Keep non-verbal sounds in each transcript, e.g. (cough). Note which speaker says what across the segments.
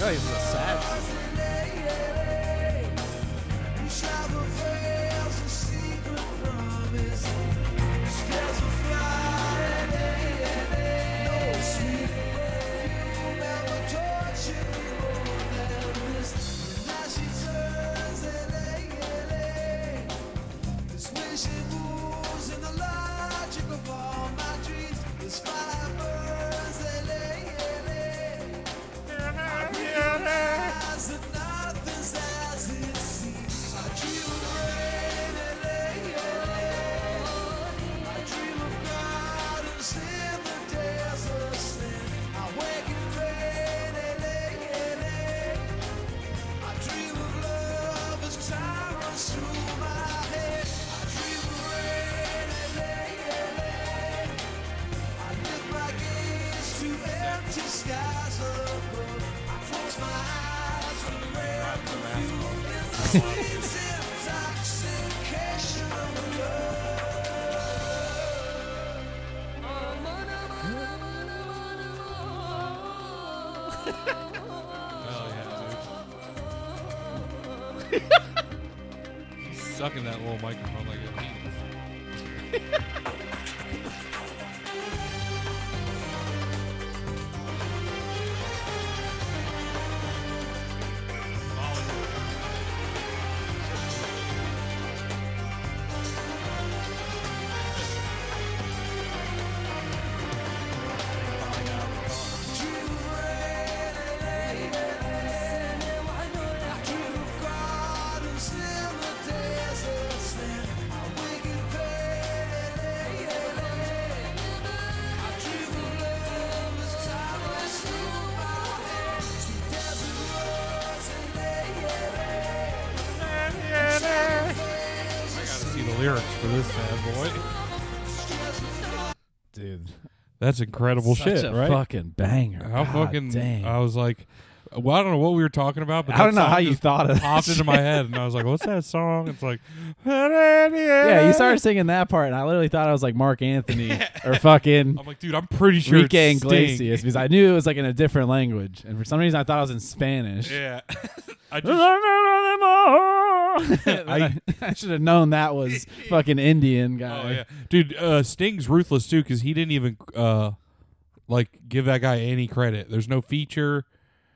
Speaker 1: No, he's a savage.
Speaker 2: Hell yeah, dude. (laughs) He's sucking that little microphone like a penis. I gotta see the lyrics for this bad boy.
Speaker 1: Dude.
Speaker 2: That's incredible
Speaker 1: Such
Speaker 2: shit,
Speaker 1: a
Speaker 2: right?
Speaker 1: fucking banger.
Speaker 2: How
Speaker 1: God
Speaker 2: fucking
Speaker 1: dang.
Speaker 2: I was like, well, I don't know what we were talking about, but
Speaker 1: I don't know
Speaker 2: that song
Speaker 1: how you
Speaker 2: just
Speaker 1: thought of that
Speaker 2: popped
Speaker 1: (laughs)
Speaker 2: into
Speaker 1: shit.
Speaker 2: my head, and I was like, what's that song? It's like, (laughs)
Speaker 1: Yeah,
Speaker 2: yeah,
Speaker 1: you started singing that part, and I literally thought I was like Mark
Speaker 2: (laughs)
Speaker 1: Anthony or fucking
Speaker 2: I'm like, dude, I'm pretty sure it's
Speaker 1: Enrique
Speaker 2: Sting.
Speaker 1: Iglesias because I knew it was like in a different language, and for some reason I thought I was in Spanish.
Speaker 2: Yeah, (laughs) I just
Speaker 1: (laughs)
Speaker 2: (laughs)
Speaker 1: I, (laughs) I should have known that was fucking Indian guy.
Speaker 2: Oh yeah, dude. Uh, Sting's ruthless too because he didn't even uh, like give that guy any credit. There's no feature.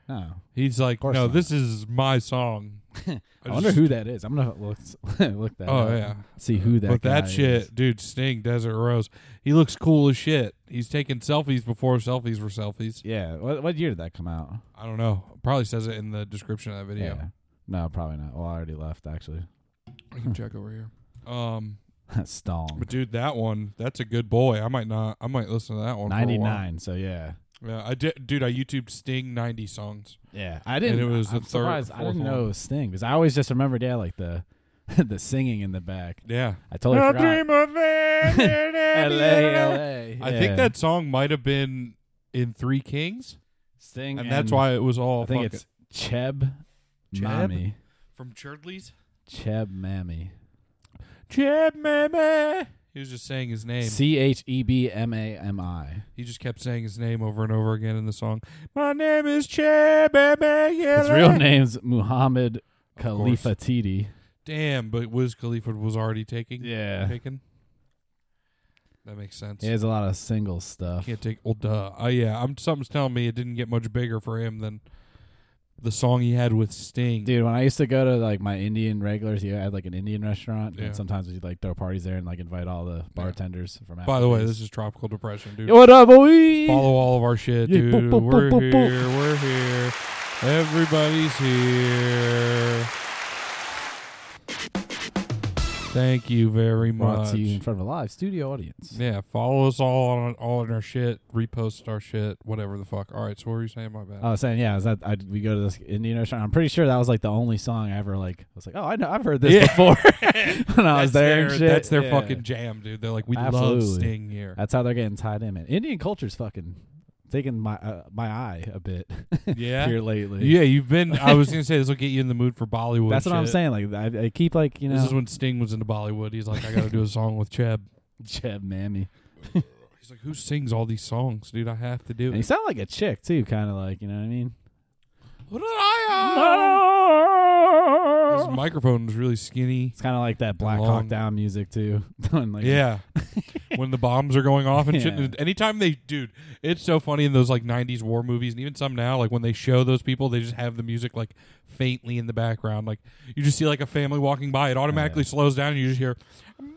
Speaker 1: No.
Speaker 2: He's like, no,
Speaker 1: course not.
Speaker 2: this is my song.
Speaker 1: (laughs) I wonder who that is. I'm gonna look (laughs) look that.
Speaker 2: Oh,
Speaker 1: up
Speaker 2: yeah.
Speaker 1: and see who that.
Speaker 2: But that
Speaker 1: guy
Speaker 2: shit,
Speaker 1: is.
Speaker 2: dude, Sting Desert Rose. He looks cool as shit. He's taking selfies before selfies were selfies.
Speaker 1: Yeah. What, what year did that come out?
Speaker 2: I don't know. Probably says it in the description of that video.
Speaker 1: No, probably not. Well, I already left actually. (laughs)
Speaker 2: I can check over here. Um,
Speaker 1: Stong.
Speaker 2: but dude, that one, that's a good boy. I might not. I might listen to that one. for a while.
Speaker 1: Ninety nine. So yeah.
Speaker 2: Yeah, I did, dude. I YouTubed Sting ninety songs.
Speaker 1: Yeah, I didn't.
Speaker 2: it was
Speaker 1: I'm
Speaker 2: the third-
Speaker 1: surprised I
Speaker 2: fourth
Speaker 1: didn't
Speaker 2: one.
Speaker 1: know it was Sting because I always just remembered, yeah, like the (laughs) the singing in the back.
Speaker 2: Yeah,
Speaker 1: I totally
Speaker 2: I
Speaker 1: forgot.
Speaker 2: dream
Speaker 1: (laughs)
Speaker 2: of it.
Speaker 1: L.A.,
Speaker 2: I
Speaker 1: yeah.
Speaker 2: think that song might have been in Three Kings,
Speaker 1: Sting,
Speaker 2: and, that's why it was all
Speaker 1: I think
Speaker 2: fucking-
Speaker 1: it's Cheb,
Speaker 2: Cheb?
Speaker 1: Mammy,
Speaker 2: from Churdley's.
Speaker 1: Cheb Mammy,
Speaker 2: Cheb Meme. He was just saying his name.
Speaker 1: C H E B M A M I.
Speaker 2: He just kept saying his name over and over again in the song. My name is Cheb Meme.
Speaker 1: His real name's Muhammad Khalifa Titi.
Speaker 2: Damn, but Wiz Khalifa was already taking.
Speaker 1: Yeah,
Speaker 2: Taken. That makes sense.
Speaker 1: he has a lot of single stuff.
Speaker 2: Can't take. Well, duh. Uh, yeah, I'm. Something's telling me it didn't get much bigger for him than the song he had with Sting.
Speaker 1: Dude, when I used to go to like my Indian regulars, you had like an Indian restaurant,
Speaker 2: Yeah.
Speaker 1: and sometimes we'd like throw parties there and like invite all the bartenders from.
Speaker 2: By the way,
Speaker 1: Applebee's.
Speaker 2: this is Tropical Depression, dude.
Speaker 1: Yo, what up, boy?
Speaker 2: Follow all of our shit,
Speaker 1: Yeah,
Speaker 2: dude.
Speaker 1: boop, boop,
Speaker 2: we're
Speaker 1: boop, boop, boop.
Speaker 2: here. We're here. Everybody's here. Thank you very
Speaker 1: Brought
Speaker 2: much.
Speaker 1: to you in front of a live studio audience.
Speaker 2: Yeah, follow us all on all in our shit. Repost our shit. Whatever the fuck. All right, so what were you saying? My bad.
Speaker 1: I was saying, yeah, Uh, is that I, we go to this Indian restaurant? I'm pretty sure that was like the only song I ever like. I was like, oh, I know, I've heard this
Speaker 2: Yeah.
Speaker 1: before
Speaker 2: (laughs)
Speaker 1: (laughs) when I was
Speaker 2: that's
Speaker 1: there.
Speaker 2: their,
Speaker 1: and shit.
Speaker 2: That's their
Speaker 1: Yeah.
Speaker 2: fucking jam, dude. They're like, we love
Speaker 1: Absolutely.
Speaker 2: Sting here.
Speaker 1: That's how they're getting tied in. Man. Indian culture's fucking taking my uh, my eye a bit
Speaker 2: Yeah?
Speaker 1: (laughs) here lately.
Speaker 2: Yeah, you've been. I was
Speaker 1: (laughs)
Speaker 2: gonna say this will get you in the mood for Bollywood.
Speaker 1: that's what I'm
Speaker 2: shit.
Speaker 1: saying. Like I, I keep like you know,
Speaker 2: This is when Sting was into Bollywood. He's like, I gotta do a song with Cheb.
Speaker 1: Jeb Mammy,
Speaker 2: He's like, who sings all these songs, dude? I have to do
Speaker 1: and he
Speaker 2: it.
Speaker 1: sounded like a chick too, kind of like you know what I mean.
Speaker 2: What did I have? His
Speaker 1: It's
Speaker 2: microphone was really skinny.
Speaker 1: kind of like that Black
Speaker 2: Long.
Speaker 1: Hawk Down music too. (laughs) When, like,
Speaker 2: Yeah. when the bombs are going off and shit.
Speaker 1: Yeah.
Speaker 2: And anytime they, dude, it's so funny in those like 90s war movies and even some now, like when they show those people, they just have the music like faintly in the background. Like you just see like a family walking by, it automatically slows down and you just hear like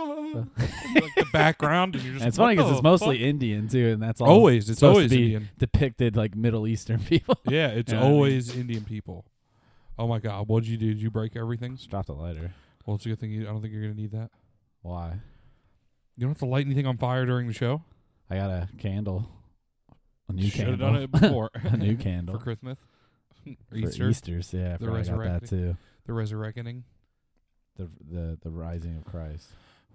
Speaker 2: (laughs) the background. And you're just
Speaker 1: And it's
Speaker 2: "What
Speaker 1: funny because it's
Speaker 2: the
Speaker 1: mostly
Speaker 2: fuck?" Oh,
Speaker 1: Indian too, and that's all
Speaker 2: always, it's
Speaker 1: supposed
Speaker 2: always
Speaker 1: to be
Speaker 2: Indian.
Speaker 1: depicted like Middle Eastern (laughs) people.
Speaker 2: Yeah, it's
Speaker 1: You know what I mean?
Speaker 2: always Indian people. Oh my God, what'd you do? Did you break everything?
Speaker 1: Just dropped a lighter.
Speaker 2: Well, it's a good thing. You, I don't think you're gonna need that.
Speaker 1: Why?
Speaker 2: You don't have to light anything on fire during the show.
Speaker 1: I got a candle. A new
Speaker 2: Should have
Speaker 1: candle.
Speaker 2: done it before.
Speaker 1: (laughs) a new
Speaker 2: (laughs) for
Speaker 1: candle
Speaker 2: Christmas, or
Speaker 1: for
Speaker 2: Easter,
Speaker 1: Easter's. Yeah, I
Speaker 2: The
Speaker 1: forgot about that
Speaker 2: resurrected-
Speaker 1: too.
Speaker 2: the resurrecting,
Speaker 1: The the the rising of Christ.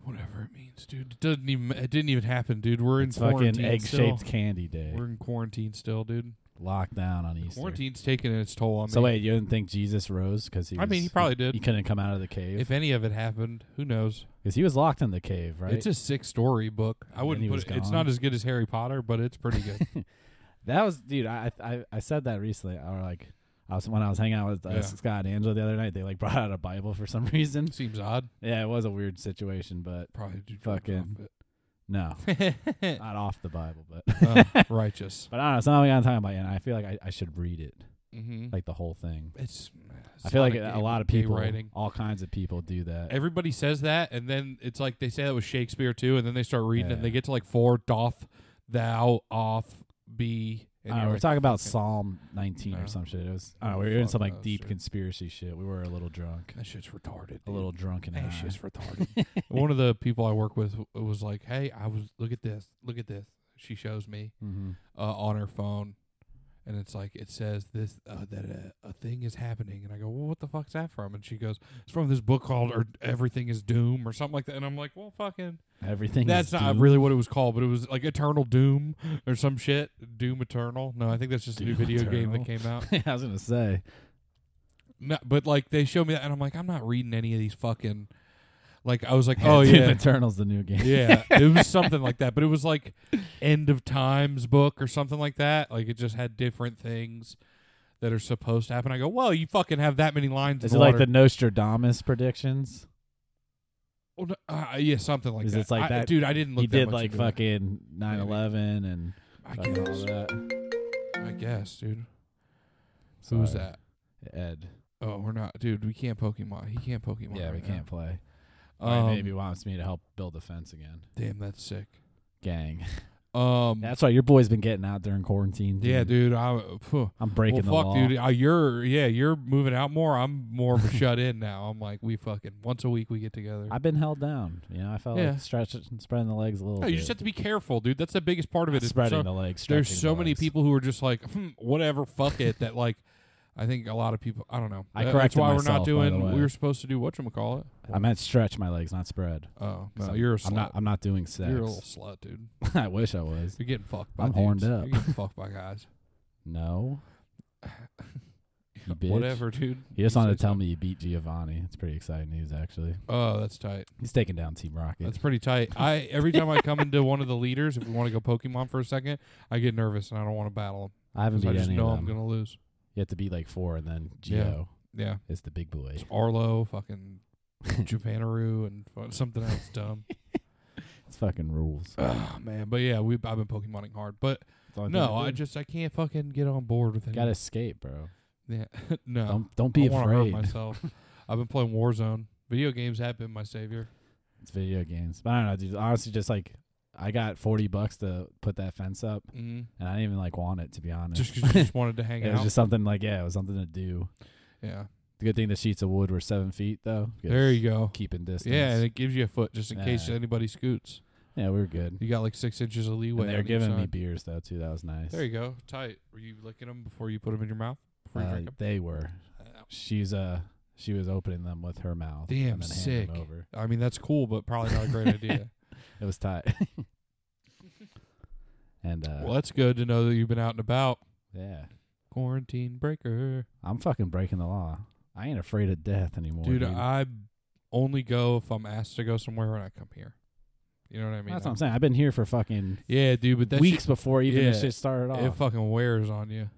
Speaker 2: whatever it means, dude. It doesn't even. It didn't even happen, dude. We're in
Speaker 1: It's
Speaker 2: quarantine
Speaker 1: fucking egg
Speaker 2: still.
Speaker 1: shaped candy day.
Speaker 2: We're in quarantine still, dude.
Speaker 1: Lockdown on Easter.
Speaker 2: Quarantine's taking its toll on me.
Speaker 1: So wait, you didn't think Jesus rose because he?
Speaker 2: I mean,
Speaker 1: was-
Speaker 2: he probably
Speaker 1: he
Speaker 2: did.
Speaker 1: couldn't come out of the cave
Speaker 2: If any of it happened, who knows?
Speaker 1: because he was locked in the cave, right?
Speaker 2: It's a six-story book. I
Speaker 1: And
Speaker 2: wouldn't
Speaker 1: he
Speaker 2: put
Speaker 1: was
Speaker 2: it. It's
Speaker 1: gone.
Speaker 2: not as good as Harry Potter, but it's pretty
Speaker 1: (laughs)
Speaker 2: good.
Speaker 1: That was, dude. I I I said that recently. I was like, I was when I was hanging out with uh,
Speaker 2: Yeah.
Speaker 1: Scott and Angela the other night. They like brought out a Bible for some (laughs) reason.
Speaker 2: Seems odd.
Speaker 1: Yeah, it was a weird situation, but
Speaker 2: Probably do
Speaker 1: Fucking- no, (laughs) not off the Bible, (laughs)
Speaker 2: (laughs)
Speaker 1: but
Speaker 2: uh, righteous.
Speaker 1: but I don't know. Something I'm talking about, and I feel like I, I should read it,
Speaker 2: Mm-hmm.
Speaker 1: like the whole thing.
Speaker 2: it's. it's
Speaker 1: I feel like
Speaker 2: not
Speaker 1: a,
Speaker 2: gay-
Speaker 1: lot of
Speaker 2: gay
Speaker 1: people,
Speaker 2: writing.
Speaker 1: all kinds of people, do that.
Speaker 2: everybody says that, and then it's like they say that with Shakespeare too, and then they start reading, it and
Speaker 1: Yeah.
Speaker 2: they get to like four doth thou off be. And
Speaker 1: I don't know, Uh,
Speaker 2: you're
Speaker 1: we're
Speaker 2: like,
Speaker 1: talking about
Speaker 2: fucking-
Speaker 1: Psalm 19
Speaker 2: No.
Speaker 1: or some shit. It was I don't know,
Speaker 2: Oh,
Speaker 1: we were doing
Speaker 2: fuck
Speaker 1: some
Speaker 2: no,
Speaker 1: like deep
Speaker 2: sure.
Speaker 1: conspiracy shit. We were a little drunk,
Speaker 2: That shit's retarded.
Speaker 1: a
Speaker 2: dude.
Speaker 1: little drunk and
Speaker 2: That
Speaker 1: high.
Speaker 2: shit's
Speaker 1: (laughs)
Speaker 2: retarded. One of the people I work with w- was like, "Hey, I was look at this, look at this." She shows me
Speaker 1: Mhm.
Speaker 2: uh, on her phone, and it's like it says this uh, that a, a thing is happening, and I go, well, "What the fuck's that from?" And she goes, "It's from this book called or Everything Is Doom or something like that." And I'm like, "Well, fucking."
Speaker 1: Everything.
Speaker 2: That's
Speaker 1: is
Speaker 2: not
Speaker 1: doomed. (laughs)
Speaker 2: really what it was called, but it was like Eternal Doom or some shit. Doom Eternal. No, I think that's just a new
Speaker 1: Doom
Speaker 2: video game that
Speaker 1: Eternal.
Speaker 2: came out.
Speaker 1: I was gonna say.
Speaker 2: No, but like they showed me that, and I'm like, I'm not reading any of these fucking. Like I
Speaker 1: (laughs)
Speaker 2: was like,
Speaker 1: Yeah,
Speaker 2: (laughs) oh
Speaker 1: Doom
Speaker 2: yeah,
Speaker 1: Eternal's the new game.
Speaker 2: yeah. It
Speaker 1: (laughs)
Speaker 2: was something like that, but it was like End of Times book or something like that. Like it just had different things that are supposed to happen. I go, well, you fucking have that many lines.
Speaker 1: Is
Speaker 2: in
Speaker 1: it
Speaker 2: the
Speaker 1: like
Speaker 2: water."
Speaker 1: the Nostradamus predictions?
Speaker 2: Oh, no, uh, yeah, something like
Speaker 1: Is
Speaker 2: that.
Speaker 1: it's like
Speaker 2: I-
Speaker 1: that-
Speaker 2: dude? I didn't look.
Speaker 1: he
Speaker 2: that
Speaker 1: did
Speaker 2: much
Speaker 1: like
Speaker 2: into it.
Speaker 1: fucking 9/11 and
Speaker 2: I
Speaker 1: fucking all
Speaker 2: guess.
Speaker 1: that.
Speaker 2: I guess, dude. Who was
Speaker 1: Sorry.
Speaker 2: that?
Speaker 1: Ed.
Speaker 2: Oh, we're not, dude. We can't Pokemon. He can't Pokemon.
Speaker 1: Yeah, we
Speaker 2: right now.
Speaker 1: can't play.
Speaker 2: Um,
Speaker 1: Or he maybe wants me to help build a fence again.
Speaker 2: Damn, that's sick.
Speaker 1: Gang.
Speaker 2: Um,
Speaker 1: That's why your boy's been getting out during quarantine.
Speaker 2: yeah, dude. I phew.
Speaker 1: I'm breaking the
Speaker 2: well, fuck,
Speaker 1: law.
Speaker 2: dude. Uh, you're yeah, you're moving out more. I'm more of a (laughs) shut in now. I'm like, we fucking once a week we get together.
Speaker 1: I've been held down. You know, I felt
Speaker 2: Yeah.
Speaker 1: like stretching, spreading the legs a little.
Speaker 2: no, you
Speaker 1: bit.
Speaker 2: just have to be careful, dude. That's the biggest part of it.
Speaker 1: Not
Speaker 2: is
Speaker 1: spreading
Speaker 2: so-
Speaker 1: the legs.
Speaker 2: there's
Speaker 1: stretching
Speaker 2: so
Speaker 1: the
Speaker 2: many
Speaker 1: legs.
Speaker 2: people who are just like, hmm, whatever, fuck it. That like, I think a lot of people. I don't know.
Speaker 1: I
Speaker 2: That- that's
Speaker 1: corrected
Speaker 2: why we're
Speaker 1: myself,
Speaker 2: not
Speaker 1: by
Speaker 2: doing.
Speaker 1: the way.
Speaker 2: We were supposed to do what you call it.
Speaker 1: I meant stretch my legs, not spread.
Speaker 2: Oh no,
Speaker 1: 'Cause I'm-
Speaker 2: you're a slut.
Speaker 1: I'm not. I'm not doing sex. (laughs)
Speaker 2: you're a little slut, dude.
Speaker 1: I wish I was.
Speaker 2: You're getting fucked by
Speaker 1: I'm horned
Speaker 2: dudes.
Speaker 1: up.
Speaker 2: You're getting fucked by guys.
Speaker 1: No.
Speaker 2: (laughs)
Speaker 1: You (laughs) bitch.
Speaker 2: Whatever, dude.
Speaker 1: He just wanted
Speaker 2: says
Speaker 1: to tell
Speaker 2: that.
Speaker 1: me you beat Giovanni. It's pretty exciting news, actually.
Speaker 2: Oh, that's tight.
Speaker 1: He's taking down Team Rocket.
Speaker 2: That's pretty tight. I every time I come into one of the leaders, if we want to go Pokemon for a second, I get nervous and I don't want to battle
Speaker 1: I haven't
Speaker 2: them.
Speaker 1: beat
Speaker 2: I just
Speaker 1: any
Speaker 2: know
Speaker 1: of
Speaker 2: I'm
Speaker 1: them.
Speaker 2: gonna lose.
Speaker 1: You have to beat like four, and then Geo
Speaker 2: Yeah. Yeah,
Speaker 1: is the big boy.
Speaker 2: it's Arlo, fucking
Speaker 1: (laughs)
Speaker 2: Japanaru, and fu- something else dumb.
Speaker 1: It's fucking rules.
Speaker 2: oh man, but yeah, we I've been Pokemoning hard, but
Speaker 1: That's all
Speaker 2: no,
Speaker 1: gotta
Speaker 2: I
Speaker 1: Oh, do.
Speaker 2: just I can't fucking get on board with it.
Speaker 1: gotta escape, bro.
Speaker 2: yeah, (laughs) no,
Speaker 1: Don't don't
Speaker 2: I
Speaker 1: be
Speaker 2: wanna hurt
Speaker 1: afraid. (laughs)
Speaker 2: myself. I've been playing Warzone. Video games have been my savior.
Speaker 1: It's video games, but I don't know, dude. Honestly, just like I got forty bucks to put that fence up,
Speaker 2: Mm.
Speaker 1: and I didn't even like want it to be honest.
Speaker 2: Just 'cause
Speaker 1: (laughs)
Speaker 2: you just wanted to hang
Speaker 1: it
Speaker 2: out.
Speaker 1: was just something like yeah, it was something to do.
Speaker 2: yeah,
Speaker 1: The good thing the sheets of wood were seven feet though. 'cause
Speaker 2: there you go.
Speaker 1: Keeping distance.
Speaker 2: Yeah, and it gives you a foot just in case
Speaker 1: Yeah.
Speaker 2: anybody scoots.
Speaker 1: yeah, we were good.
Speaker 2: You got like six inches of leeway.
Speaker 1: And they were
Speaker 2: on each
Speaker 1: giving me
Speaker 2: side.
Speaker 1: beers though too. That was nice.
Speaker 2: There you go, tight. Were you licking them before you put them in your mouth? Before you
Speaker 1: Uh,
Speaker 2: drink 'em?
Speaker 1: they were. She's uh she was opening them with her mouth.
Speaker 2: Damn,
Speaker 1: and then handing
Speaker 2: sick.
Speaker 1: Them over.
Speaker 2: I mean, that's cool, but probably not a
Speaker 1: (laughs)
Speaker 2: great idea.
Speaker 1: It was tight. (laughs) and uh,
Speaker 2: Well, that's good to know that you've been out and about.
Speaker 1: yeah,
Speaker 2: Quarantine breaker,
Speaker 1: I'm fucking breaking the law. I ain't afraid of death anymore,
Speaker 2: dude. I only go if I'm asked to go somewhere, and I come here. You know what I mean?
Speaker 1: That's what I'm saying. I've been here for fucking
Speaker 2: Yeah, dude. But that
Speaker 1: weeks before even
Speaker 2: yeah,
Speaker 1: this shit started
Speaker 2: shit,
Speaker 1: off.
Speaker 2: it fucking wears on you.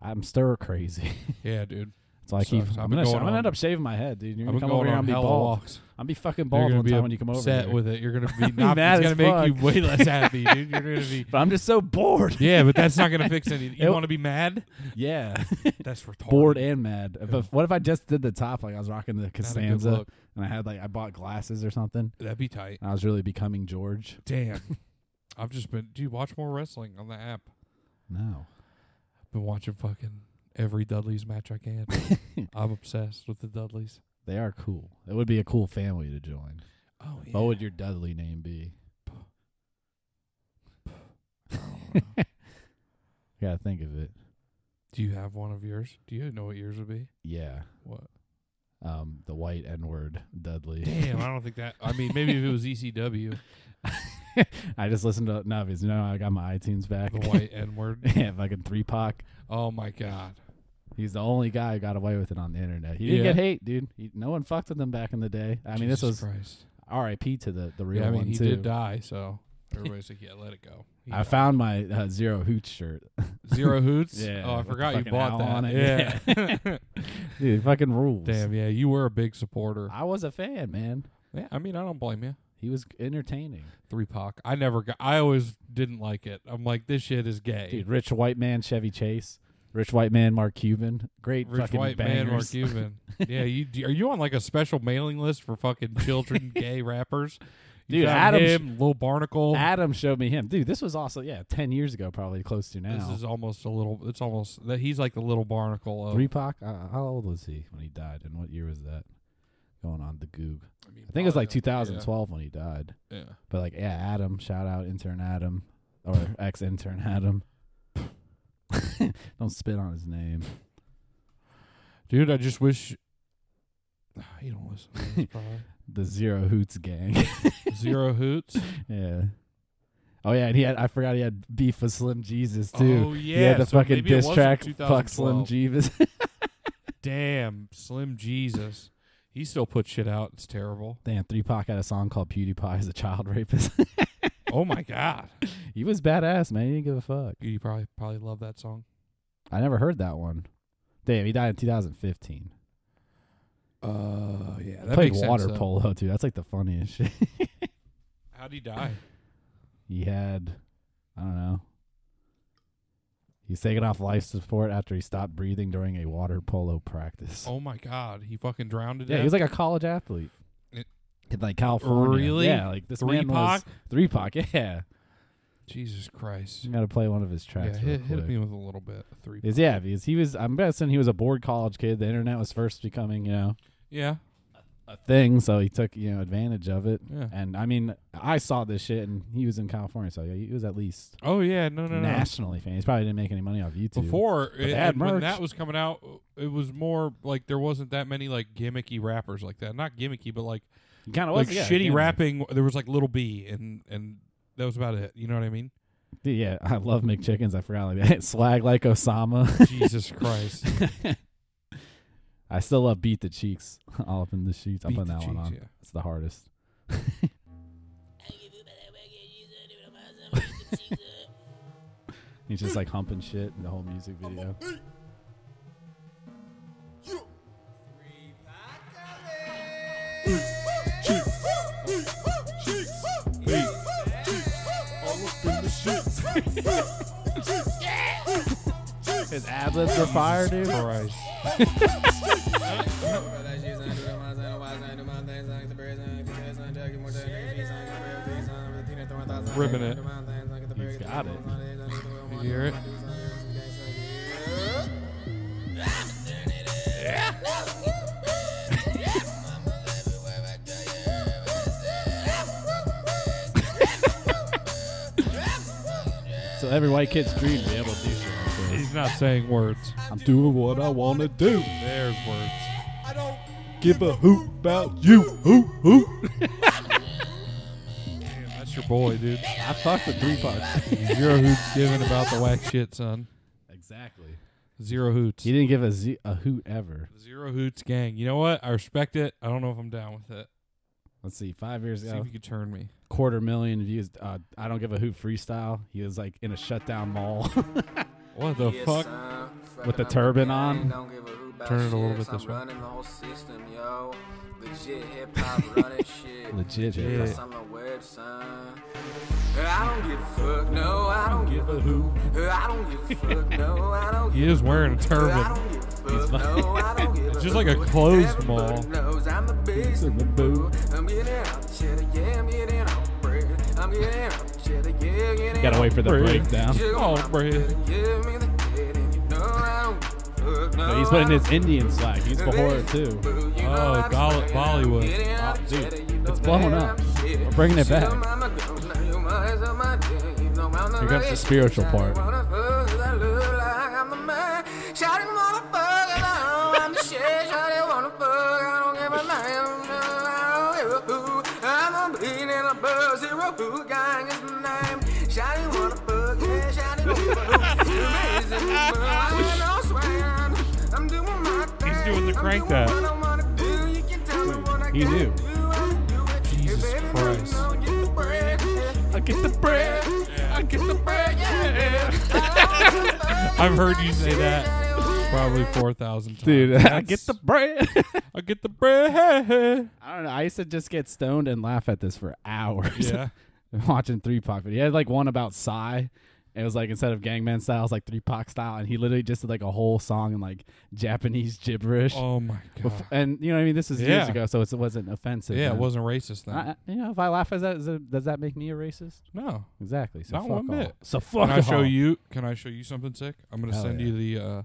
Speaker 1: I'm stir crazy. (laughs)
Speaker 2: Yeah, dude.
Speaker 1: It's like keep,
Speaker 2: Sucks. I've
Speaker 1: I'm
Speaker 2: been
Speaker 1: gonna,
Speaker 2: going
Speaker 1: I'm gonna
Speaker 2: on-
Speaker 1: end up shaving my head, dude. You're
Speaker 2: I've
Speaker 1: gonna
Speaker 2: been
Speaker 1: come over
Speaker 2: going
Speaker 1: here
Speaker 2: on
Speaker 1: and be
Speaker 2: hella
Speaker 1: bald.
Speaker 2: walks.
Speaker 1: I'm be fucking
Speaker 2: You're
Speaker 1: bald
Speaker 2: gonna
Speaker 1: one
Speaker 2: be
Speaker 1: time when you come over.
Speaker 2: upset
Speaker 1: here.
Speaker 2: with it. You're gonna be
Speaker 1: (laughs) be
Speaker 2: not.
Speaker 1: mad
Speaker 2: It's
Speaker 1: as
Speaker 2: gonna make you
Speaker 1: fuck. (laughs)
Speaker 2: way less happy, dude. You're gonna be.
Speaker 1: but I'm just so bored.
Speaker 2: Yeah, but that's not gonna fix anything. You
Speaker 1: It-
Speaker 2: want to be mad?
Speaker 1: (laughs) yeah,
Speaker 2: That's retarded.
Speaker 1: bored and mad.
Speaker 2: Yeah.
Speaker 1: But what if I just did the top like I was rocking the
Speaker 2: Not a good
Speaker 1: Costanza
Speaker 2: look.
Speaker 1: and I had like I bought glasses or something
Speaker 2: That'd be tight.
Speaker 1: and I was really becoming George?
Speaker 2: Damn. (laughs) I've just been. Do you watch more wrestling on the app?
Speaker 1: No,
Speaker 2: Been watching fucking every Dudley's match
Speaker 1: (laughs)
Speaker 2: I can. I'm obsessed with the Dudleys.
Speaker 1: they are cool. It would be a cool family to join.
Speaker 2: Oh yeah. (laughs)
Speaker 1: What would your Dudley name be? gotta think of it.
Speaker 2: Do you have one of yours? Do you know what yours would be?
Speaker 1: Yeah,
Speaker 2: What?
Speaker 1: um, the white N word Dudley.
Speaker 2: (laughs) Damn, I don't think that. I mean, maybe if it was E
Speaker 1: (laughs)
Speaker 2: ECW,
Speaker 1: I just listened to no, because no, I got my iTunes back. (laughs)
Speaker 2: the white N word.
Speaker 1: yeah, fucking three pack.
Speaker 2: Oh my god.
Speaker 1: He's the only guy who got away with it on the internet. He didn't
Speaker 2: Yeah.
Speaker 1: get hate, dude. He, no one fucked with him back in the day. I mean, this
Speaker 2: Jesus
Speaker 1: was
Speaker 2: Christ.
Speaker 1: R.I.P. to the the real
Speaker 2: yeah, I mean,
Speaker 1: one
Speaker 2: he
Speaker 1: too.
Speaker 2: did die, so everybody's like, yeah, let it go.
Speaker 1: (laughs)
Speaker 2: He
Speaker 1: I
Speaker 2: died.
Speaker 1: found my uh, zero hooch shirt,
Speaker 2: zero
Speaker 1: (laughs)
Speaker 2: hoots.
Speaker 1: Yeah,
Speaker 2: Oh, I
Speaker 1: with the
Speaker 2: forgot you
Speaker 1: fucking
Speaker 2: bought
Speaker 1: owl
Speaker 2: that.
Speaker 1: on it.
Speaker 2: Yeah.
Speaker 1: (laughs) dude. Fucking rules.
Speaker 2: Damn. Yeah, you were a big supporter.
Speaker 1: I was a fan, man.
Speaker 2: Yeah, I mean, I don't blame you.
Speaker 1: He was entertaining,
Speaker 2: Three Pac. I never got. I always didn't like it. I'm like, this shit is gay.
Speaker 1: dude. Rich white man Chevy Chase, rich white man Mark Cuban, great
Speaker 2: Rich
Speaker 1: fucking
Speaker 2: white
Speaker 1: bangers.
Speaker 2: man,
Speaker 1: (laughs)
Speaker 2: Mark Cuban. yeah, you do- are you on like a special mailing list for fucking
Speaker 1: (laughs)
Speaker 2: children, gay rappers? You
Speaker 1: Dude,
Speaker 2: got
Speaker 1: Adam's-
Speaker 2: him, Lil Barnacle.
Speaker 1: Adam showed me him, dude. This was also yeah, ten years ago, probably close to now.
Speaker 2: This is almost a little. It's almost that he's like the little Barnacle of.
Speaker 1: Three Pac. Uh, how old was he when he died, and what year was that? Going on the Goog. I think it
Speaker 2: Uh,
Speaker 1: was like 2012 when he died.
Speaker 2: Yeah. yeah.
Speaker 1: But like, yeah, Adam, shout out intern Adam or (laughs) ex intern Adam. (laughs) Don't spit on his name.
Speaker 2: Dude, I just wish. (sighs) Ah, You don't listen.
Speaker 1: (laughs)
Speaker 2: To this, probably.
Speaker 1: The Zero Hoots gang. (laughs)
Speaker 2: Zero hoots.
Speaker 1: yeah. Oh yeah, and he had I forgot he had beef with Slim Jesus too.
Speaker 2: Oh yeah,
Speaker 1: he had the
Speaker 2: so
Speaker 1: fucking
Speaker 2: maybe it
Speaker 1: diss
Speaker 2: was
Speaker 1: track
Speaker 2: in
Speaker 1: fuck Slim
Speaker 2: 2012.
Speaker 1: Jesus. (laughs)
Speaker 2: Damn, Slim Jesus. He still puts shit out. It's terrible.
Speaker 1: Damn, Three Pac had a song called PewDiePie is a child rapist.
Speaker 2: Oh my (laughs) god.
Speaker 1: he was badass, man. He didn't give a fuck.
Speaker 2: You probably probably love that song.
Speaker 1: I never heard that one. Damn, he died in 2015.
Speaker 2: Uh yeah.
Speaker 1: Played water polo too. That's like the funniest shit. (laughs)
Speaker 2: How'd he die?
Speaker 1: he had I don't know. He's taken off life support after he stopped breathing during a water polo practice.
Speaker 2: Oh my god. He fucking drowned to
Speaker 1: yeah,
Speaker 2: death.
Speaker 1: he was like a college athlete.
Speaker 2: It-
Speaker 1: In like California.
Speaker 2: Really?
Speaker 1: Yeah, like this
Speaker 2: three
Speaker 1: man was
Speaker 2: pac.
Speaker 1: three pac, (laughs) yeah.
Speaker 2: Jesus Christ.
Speaker 1: You gotta play one of his
Speaker 2: Yeah,
Speaker 1: tracks. Mm, real
Speaker 2: hit, hit
Speaker 1: quick.
Speaker 2: me with a little bit. of Three.
Speaker 1: Is yeah, because he was I'm guessing he was a bored college kid. The internet was first becoming, you know,
Speaker 2: Yeah.
Speaker 1: a thing, so he took, you know, advantage of it.
Speaker 2: Yeah.
Speaker 1: And I mean, I saw this shit and he was in California, so he was at least
Speaker 2: Oh yeah. No no no.
Speaker 1: nationally famous. Probably didn't make any money off YouTube.
Speaker 2: Before
Speaker 1: they
Speaker 2: it,
Speaker 1: had
Speaker 2: and when
Speaker 1: merch.
Speaker 2: that was coming out, it was more like there wasn't that many like gimmicky rappers like that. Not gimmicky, but like
Speaker 1: kind of
Speaker 2: like
Speaker 1: was, yeah,
Speaker 2: shitty
Speaker 1: yeah.
Speaker 2: rapping. There was like Little B, and and that was about it. You know what
Speaker 1: (laughs)
Speaker 2: I mean?
Speaker 1: Dude, yeah, I love McChickens. I forgot like (laughs) that. Swag like Osama. (laughs)
Speaker 2: Jesus Christ!
Speaker 1: I still love Beat the Cheeks. (laughs) All up in the sheets. I'm
Speaker 2: Beat
Speaker 1: putting
Speaker 2: the
Speaker 1: that one
Speaker 2: Cheeks,
Speaker 1: on.
Speaker 2: yeah.
Speaker 1: It's the hardest. He's just like humping shit in the whole music video. His ad libs are fire, dude.
Speaker 2: Christ.
Speaker 3: Ribbon
Speaker 2: it.
Speaker 3: it.
Speaker 1: He's got it.
Speaker 3: You
Speaker 2: hear it?
Speaker 1: So every white kid's dream to be able to do shit like this.
Speaker 2: He's not saying words.
Speaker 1: I'm doing what I want to do.
Speaker 2: There's words.
Speaker 1: Give a hoot about you. Hoot, hoot.
Speaker 2: Damn, that's your boy, dude.
Speaker 1: I fucked with three (laughs) bucks.
Speaker 2: Zero hoots given about the whack shit, son.
Speaker 1: Exactly.
Speaker 2: Zero hoots.
Speaker 1: He didn't give a, z- a hoot ever.
Speaker 2: Zero hoots gang. You know what? I respect it. I don't know if I'm down with it.
Speaker 1: Let's see, five years
Speaker 2: See if
Speaker 1: ago,
Speaker 2: you could turn me.
Speaker 1: quarter million views. Uh, I (laughs) don't give a hoot freestyle. He was like in a shutdown mall.
Speaker 2: What the fuck?
Speaker 1: With the turban on?
Speaker 2: Turn it a little bit this way. (laughs)
Speaker 3: way.
Speaker 1: Legit.
Speaker 2: Yeah.
Speaker 3: Plus I'm a web son. I don't give a fuck, no, I don't give a who. I don't give a fuck, no,
Speaker 2: (laughs)
Speaker 3: I don't
Speaker 2: He
Speaker 3: give
Speaker 2: is wearing a
Speaker 3: a I
Speaker 2: turban.
Speaker 3: don't give a fuck, no, I don't
Speaker 1: (laughs)
Speaker 3: give a
Speaker 2: It's just like a
Speaker 3: hoot.
Speaker 2: closed
Speaker 3: Everybody
Speaker 2: mall.
Speaker 3: knows I'm the biggest in the boo. I'm getting up, cheddar, yeah, I'm getting up, bread. I'm getting up, cheddar, yeah, getting
Speaker 1: Gotta
Speaker 3: up.
Speaker 1: wait for the
Speaker 2: Breathe.
Speaker 1: breakdown.
Speaker 3: Sugar
Speaker 2: Oh,
Speaker 3: mama,
Speaker 2: bread.
Speaker 3: better give me the head, and you know I don't give a fuck,
Speaker 1: But
Speaker 3: no,
Speaker 1: he's
Speaker 3: I
Speaker 1: putting his
Speaker 3: don't
Speaker 1: Indian slack. He's Bahora too.
Speaker 3: Oh,
Speaker 2: Gol- Bollywood.
Speaker 1: Oh, dude, it's blowing up. We're bringing it back.
Speaker 3: Here
Speaker 1: Here comes the spiritual part.
Speaker 3: He's
Speaker 2: doing the crank that.
Speaker 1: He knew.
Speaker 3: Jesus
Speaker 2: Christ.
Speaker 1: I get the bread. I get the bread.
Speaker 2: I've heard you say that probably 4,000 times.
Speaker 1: Dude, (laughs) I
Speaker 2: That's-
Speaker 1: get the bread.
Speaker 2: I get the bread.
Speaker 1: (laughs) I don't know. I used to just get stoned and laugh at this for hours.
Speaker 2: Yeah.
Speaker 1: (laughs) watching Three Pac, but he had like one about Psy. It was like instead of Gangman style, it was like Three Pac style, and he literally just did like a whole song in like Japanese gibberish.
Speaker 2: Oh my
Speaker 1: (laughs)
Speaker 2: god.
Speaker 1: Bef- And you know what I mean? This is years
Speaker 2: Yeah.
Speaker 1: ago, so it's, it wasn't offensive.
Speaker 2: Yeah, it
Speaker 1: then.
Speaker 2: wasn't racist then.
Speaker 1: I, I- you know, if I laugh at that, is it- does that make me a racist?
Speaker 2: no.
Speaker 1: Exactly. So
Speaker 2: Not
Speaker 1: fuck
Speaker 2: one
Speaker 1: all.
Speaker 2: bit.
Speaker 1: So fuck
Speaker 2: Can I show
Speaker 1: all.
Speaker 2: you? Can I show you something sick? I'm gonna
Speaker 1: Hell
Speaker 2: send
Speaker 1: yeah.
Speaker 2: you the uh,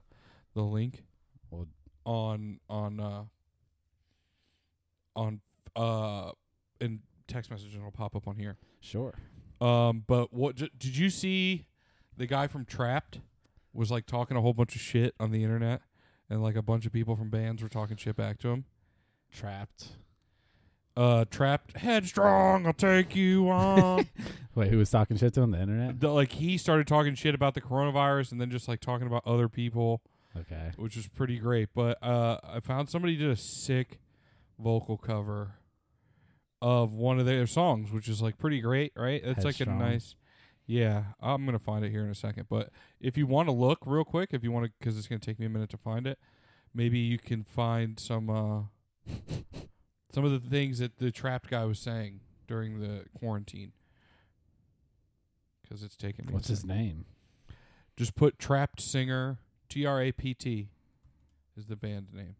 Speaker 2: the link
Speaker 1: Well-
Speaker 2: on on uh, on uh, in text message and it'll pop up on here.
Speaker 1: Sure.
Speaker 2: Um, but what j- did you see? The guy from Trapped was like talking a whole bunch of shit on the internet, and like a bunch of people from bands were talking shit back to him.
Speaker 1: Trapped.
Speaker 2: Uh, Trapped, headstrong, I'll
Speaker 1: (laughs)
Speaker 2: take you on.
Speaker 1: Wait, who was talking shit to him? The
Speaker 2: (laughs)
Speaker 1: internet?
Speaker 2: the, like he started talking shit about the coronavirus and then just like talking about other people,
Speaker 1: Okay.
Speaker 2: which was pretty great. But uh, I found somebody did a sick vocal cover of one of their songs, which is like pretty great, right? It's like a
Speaker 1: Headstrong.
Speaker 2: nice. Yeah, I'm gonna find it here in a second. But if you want to look real quick, if you want to, because it's gonna take me a minute to find it, maybe you can find some uh, (laughs) some of the things that the trapped guy was saying during the quarantine. Because it's taking me. a
Speaker 1: What's
Speaker 2: second.
Speaker 1: his name?
Speaker 2: Just put Trapped Singer, T R A P T is the band name.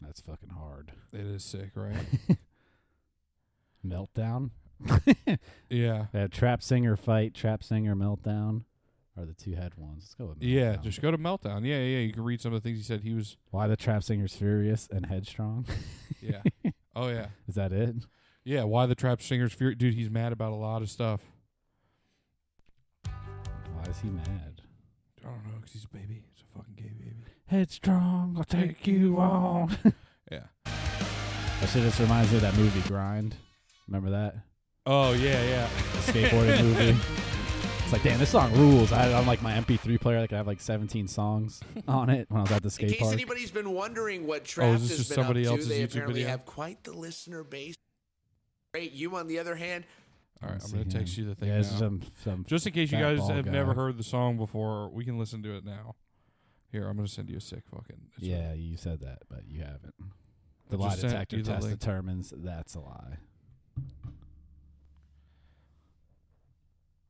Speaker 1: That's fucking hard.
Speaker 2: It is sick, right?
Speaker 1: Meltdown.
Speaker 2: (laughs) yeah.
Speaker 1: They have trap singer fight, trap singer meltdown, are the two head ones. Let's go with meltdown.
Speaker 2: Yeah, just go to Meltdown. Yeah, yeah, you can read some of the things he said. He was
Speaker 1: why the trap singer's furious and headstrong. (laughs)
Speaker 2: (laughs) yeah. oh yeah.
Speaker 1: Is that it?
Speaker 2: Yeah, why the Trapped Singer's fear dude, he's mad about a lot of stuff.
Speaker 1: Why is he mad?
Speaker 2: I don't know, 'cause he's a baby. He's a fucking gay baby.
Speaker 1: Headstrong, I'll take you on.
Speaker 2: Yeah.
Speaker 1: That shit just reminds me of that movie Grind. Remember that
Speaker 2: Oh yeah, yeah.
Speaker 1: the
Speaker 2: (laughs)
Speaker 1: skateboarding movie? It's like, damn, this song rules. I, I'm like my MP3 player that could have like 17 songs on it when I was at the
Speaker 4: In
Speaker 1: skate
Speaker 4: case
Speaker 1: park.
Speaker 4: anybody's been wondering what Trapped
Speaker 2: Oh, this
Speaker 4: has
Speaker 2: just
Speaker 4: been
Speaker 2: somebody
Speaker 4: up
Speaker 2: else's
Speaker 4: to, they
Speaker 2: YouTube
Speaker 4: apparently
Speaker 2: video?
Speaker 4: have quite the listener base. Great, you on the other hand,
Speaker 2: All right,
Speaker 1: Let's
Speaker 2: I'm
Speaker 1: see
Speaker 2: gonna
Speaker 1: him.
Speaker 2: text you the thing.
Speaker 1: Yeah, it's
Speaker 2: now.
Speaker 1: some some.
Speaker 2: Just in case you
Speaker 1: fat
Speaker 2: guys
Speaker 1: bald
Speaker 2: have never
Speaker 1: guy.
Speaker 2: heard the song before, we can listen to it now. Here, I'm gonna send you a sick fucking. it's
Speaker 1: yeah, you said that, but you haven't. The
Speaker 2: I
Speaker 1: lie
Speaker 2: just sent
Speaker 1: detector
Speaker 2: you the
Speaker 1: test
Speaker 2: link.
Speaker 1: determines that's a lie.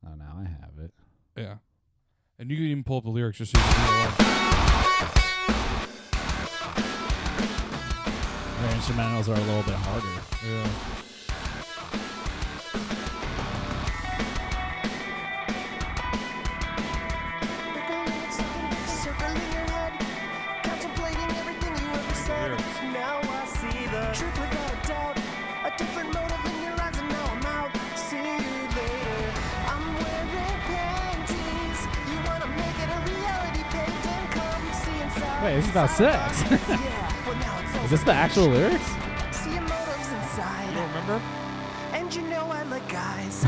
Speaker 1: Oh, now I have it.
Speaker 2: Yeah. And you can even pull up the lyrics just so you can see it live.
Speaker 1: Their instrumentals are a little bit harder.
Speaker 2: Yeah.
Speaker 1: Wait,
Speaker 5: Wait,
Speaker 1: this is about
Speaker 5: (laughs)
Speaker 1: sex. Is this the actual lyrics?
Speaker 5: See your motives inside.
Speaker 2: You don't remember?
Speaker 5: And you know I like guys.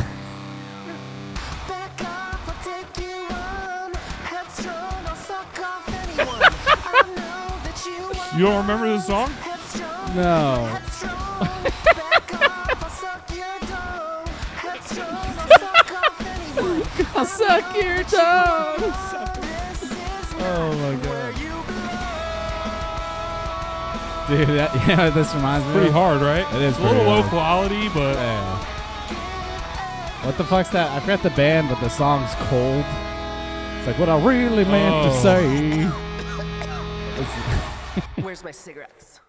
Speaker 5: Back off, I'll take you on. Headstrong, I'll suck off anyone. I know that you
Speaker 2: (laughs)
Speaker 5: are.
Speaker 2: You don't remember this song?
Speaker 5: Headstrong,
Speaker 1: No.
Speaker 5: Headstrong,
Speaker 6: (laughs)
Speaker 5: back off, I'll suck your dong. Headstrong, I'll suck off
Speaker 6: (laughs)
Speaker 5: anyone.
Speaker 1: I'll suck your tongue.
Speaker 5: This is
Speaker 1: Oh my
Speaker 5: where
Speaker 1: god. Dude, that, (laughs) yeah, this reminds me.
Speaker 2: Pretty
Speaker 1: of-
Speaker 2: hard, right?
Speaker 1: It is
Speaker 2: It's a little
Speaker 1: pretty
Speaker 2: low
Speaker 1: hard.
Speaker 2: quality, but
Speaker 1: Yeah. What the fuck's that? I forgot the band, but the song's cold. It's like what I really meant to
Speaker 2: Oh.
Speaker 1: say.
Speaker 2: (laughs)
Speaker 5: Where's my cigarettes?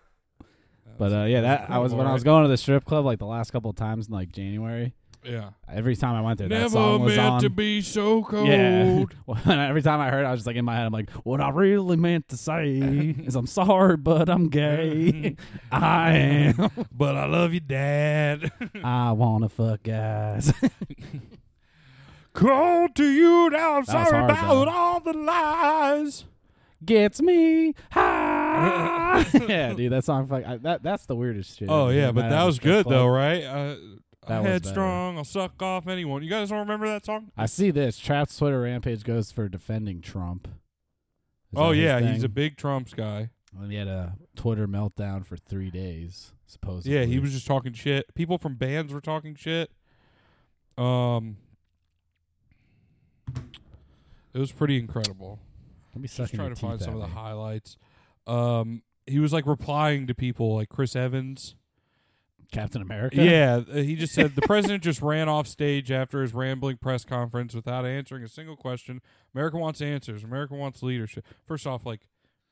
Speaker 1: But uh, yeah, that I was when I was going to the strip club like the last couple of times in like January.
Speaker 2: yeah.
Speaker 1: Every time I went there, that
Speaker 2: Never
Speaker 1: song was
Speaker 2: meant
Speaker 1: on.
Speaker 2: to be so cold.
Speaker 1: (laughs) yeah. (laughs)
Speaker 2: (laughs)
Speaker 1: Well, every time I heard, it, I was just like in my head, I'm like, what I really meant to
Speaker 2: (laughs)
Speaker 1: say is I'm sorry, but I'm gay. I am.
Speaker 2: But I love you, Dad. (laughs)
Speaker 1: I wanna fuck guys. (laughs)
Speaker 2: Cold to you now. I'm
Speaker 1: was
Speaker 2: sorry
Speaker 1: hard,
Speaker 2: about
Speaker 1: though.
Speaker 2: all the lies.
Speaker 1: Gets me high. (laughs) yeah, dude, that song. Fuck, I, that that's the weirdest shit.
Speaker 2: Oh
Speaker 1: I've
Speaker 2: yeah,
Speaker 1: ever
Speaker 2: but
Speaker 1: had
Speaker 2: that
Speaker 1: at a
Speaker 2: was
Speaker 1: strip
Speaker 2: good
Speaker 1: club.
Speaker 2: though, right? Uh,
Speaker 1: That was
Speaker 2: headstrong. I'll suck off anyone. You guys don't remember that song?
Speaker 1: I see this. Trap's Twitter rampage goes for defending Trump. Is
Speaker 2: oh
Speaker 1: that his
Speaker 2: yeah, he's
Speaker 1: thing?
Speaker 2: a big Trump's guy.
Speaker 1: Well, He had a Twitter meltdown for three days, supposedly.
Speaker 2: Yeah, he was just talking shit. People from bands were talking shit. Um, it was pretty incredible.
Speaker 1: Let me
Speaker 2: Just
Speaker 1: suck in
Speaker 2: trying
Speaker 1: your
Speaker 2: to find
Speaker 1: teeth
Speaker 2: some
Speaker 1: at
Speaker 2: of the
Speaker 1: me.
Speaker 2: highlights. Um, he was like replying to people like Chris Evans.
Speaker 1: Captain America.
Speaker 2: Yeah, uh, he just said the president just ran off stage after his rambling press conference without answering a single question. America wants answers. America wants leadership. First off, like,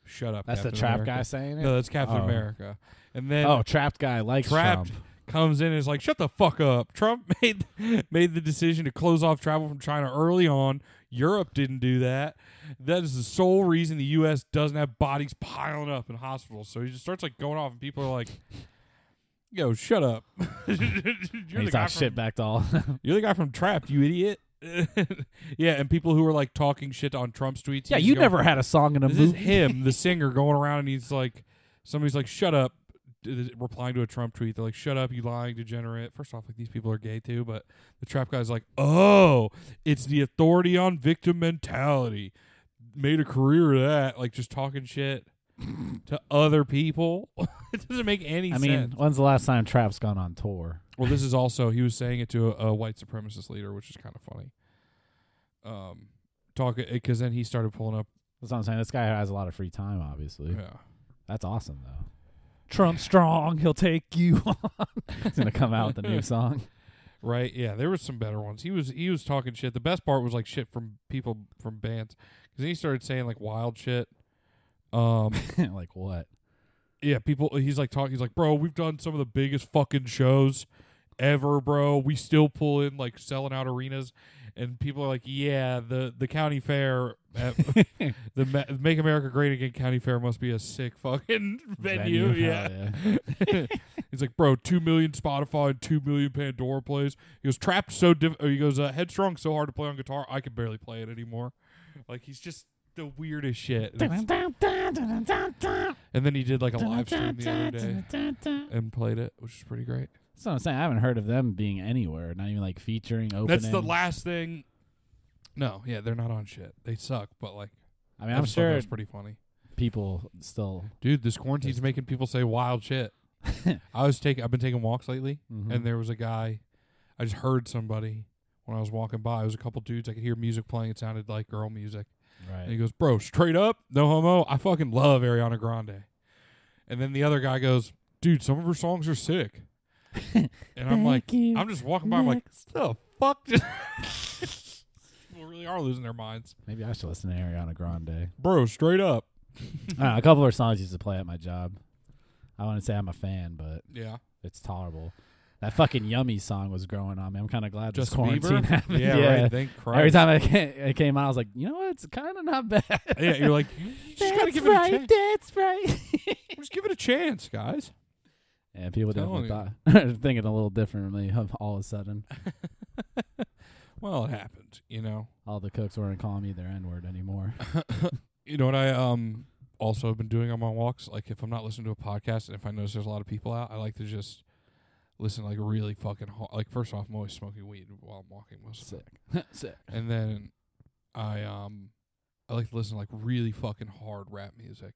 Speaker 2: shut up.
Speaker 1: that's
Speaker 2: Captain
Speaker 1: the trap
Speaker 2: America.
Speaker 1: guy saying it.
Speaker 2: No, that's Captain
Speaker 1: Oh.
Speaker 2: America. And then
Speaker 1: oh, trapped guy likes
Speaker 2: trapped
Speaker 1: Trump.
Speaker 2: comes in and is like, "Shut the fuck up." Trump (laughs) made made the decision to close off travel from China early on. Europe didn't do that. That is the sole reason the U.S. doesn't have bodies piling up in hospitals. So he just starts like going off, and people are like, "Yo, shut up." (laughs) You're
Speaker 1: And
Speaker 2: the
Speaker 1: he's
Speaker 2: guy
Speaker 1: all shit
Speaker 2: from-
Speaker 1: back to all. (laughs)
Speaker 2: You're the guy from Trapped, you idiot. (laughs) yeah, and people who are like talking shit on Trump's tweets.
Speaker 1: yeah,
Speaker 2: he's
Speaker 1: you
Speaker 2: going-
Speaker 1: never had a song in a
Speaker 2: this is
Speaker 1: movie. (laughs)
Speaker 2: him, the singer, going around and he's like, somebody's like, shut up, d- replying to a Trump tweet. They're like, shut up, you lying degenerate. First off, like these people are gay too, but the trap guy's like, oh, it's the authority on victim mentality. Made a career of that, like just talking shit to other people. (laughs) it doesn't make any
Speaker 1: I
Speaker 2: sense.
Speaker 1: mean, when's the last time Trap's gone on tour?
Speaker 2: Well, this is also he was saying it to a, a white supremacist leader, which is kind of funny. Um, talk because then he started pulling up.
Speaker 1: That's what I'm saying. This guy has a lot of free time, obviously.
Speaker 2: Yeah.
Speaker 1: That's awesome, though. Trump strong, he'll take you (laughs) on. He's gonna come out with a new song. (laughs)
Speaker 2: Right? Yeah, there was some better ones. He was he was talking shit. The best part was like shit from people from bands because he started saying like wild shit. Um, (laughs)
Speaker 1: like what?
Speaker 2: yeah, people. He's like talking. He's like, bro, we've done some of the biggest fucking shows ever, bro. We still pull in like selling out arenas, and people are like, yeah, the the county fair. At the Ma- Make America Great Again County Fair must be a sick fucking (laughs) venue.
Speaker 1: Venue?
Speaker 2: yeah.
Speaker 1: Hell (laughs)
Speaker 2: He's like, bro, two million Spotify and two million Pandora plays. He goes, trapped so diff. Or he goes, uh, headstrong so hard to play on guitar, I can barely play it anymore. Like he's just the weirdest shit. And, it's- and then he did like a live stream the other day and played it, which is pretty great.
Speaker 1: That's what I'm saying. I haven't heard of them being anywhere. Not even like featuring, opening.
Speaker 2: That's the last thing. No, yeah, they're not on shit. They suck, but like,
Speaker 1: I mean,
Speaker 2: I
Speaker 1: I'm
Speaker 2: just thought that
Speaker 1: sure
Speaker 2: was pretty funny.
Speaker 1: people still.
Speaker 2: Dude, this quarantine's making people say
Speaker 1: (laughs)
Speaker 2: wild shit. I was taking I've been taking walks lately
Speaker 1: Mm-hmm.
Speaker 2: and there was a guy I just heard somebody when I was walking by. It was a couple dudes I could hear music playing. It sounded like girl music. And he
Speaker 1: Right.
Speaker 2: goes, Bro, straight up, no homo, I fucking love Ariana Grande. And then the other guy goes, Dude, some of her songs
Speaker 1: (laughs)
Speaker 2: are sick. and I'm like,
Speaker 1: Thank you.
Speaker 2: I'm just walking by, I'm like, the fuck just (laughs) People really are losing their minds.
Speaker 1: Maybe I should listen to Ariana Grande. (laughs)
Speaker 2: Bro, straight up.
Speaker 1: uh, a couple of her songs used to play at my job. I wouldn't say I'm a fan, but
Speaker 2: Yeah.
Speaker 1: it's tolerable. That fucking yummy song was growing on me. I'm kind of glad
Speaker 2: Just
Speaker 1: this quarantine (laughs)
Speaker 2: Bieber.
Speaker 1: happened.
Speaker 2: Yeah, right. Thank Christ.
Speaker 1: Every time I ca- it came out, I was like, you know what? It's kind of not bad.
Speaker 2: yeah, you're like, (laughs) you just gotta
Speaker 1: that's
Speaker 2: give it a
Speaker 1: right.
Speaker 2: chance.
Speaker 1: That's right. (laughs)
Speaker 2: Just give it a chance, guys.
Speaker 1: And people
Speaker 2: Telling
Speaker 1: definitely thought, (laughs) thinking a little differently of all of a sudden.
Speaker 2: Well, it happened, you know. (laughs)
Speaker 1: All the cooks weren't calling me their N word anymore.
Speaker 2: You know what I um also have been doing on my walks? Like if I'm not listening to a podcast and if I notice there's a lot of people out, I like to just listen like really fucking hard. Like first off, I'm always smoking weed while I'm walking most of the
Speaker 1: Sick. (laughs) Sick.
Speaker 2: time. And then I um I like to listen to like really fucking hard rap music.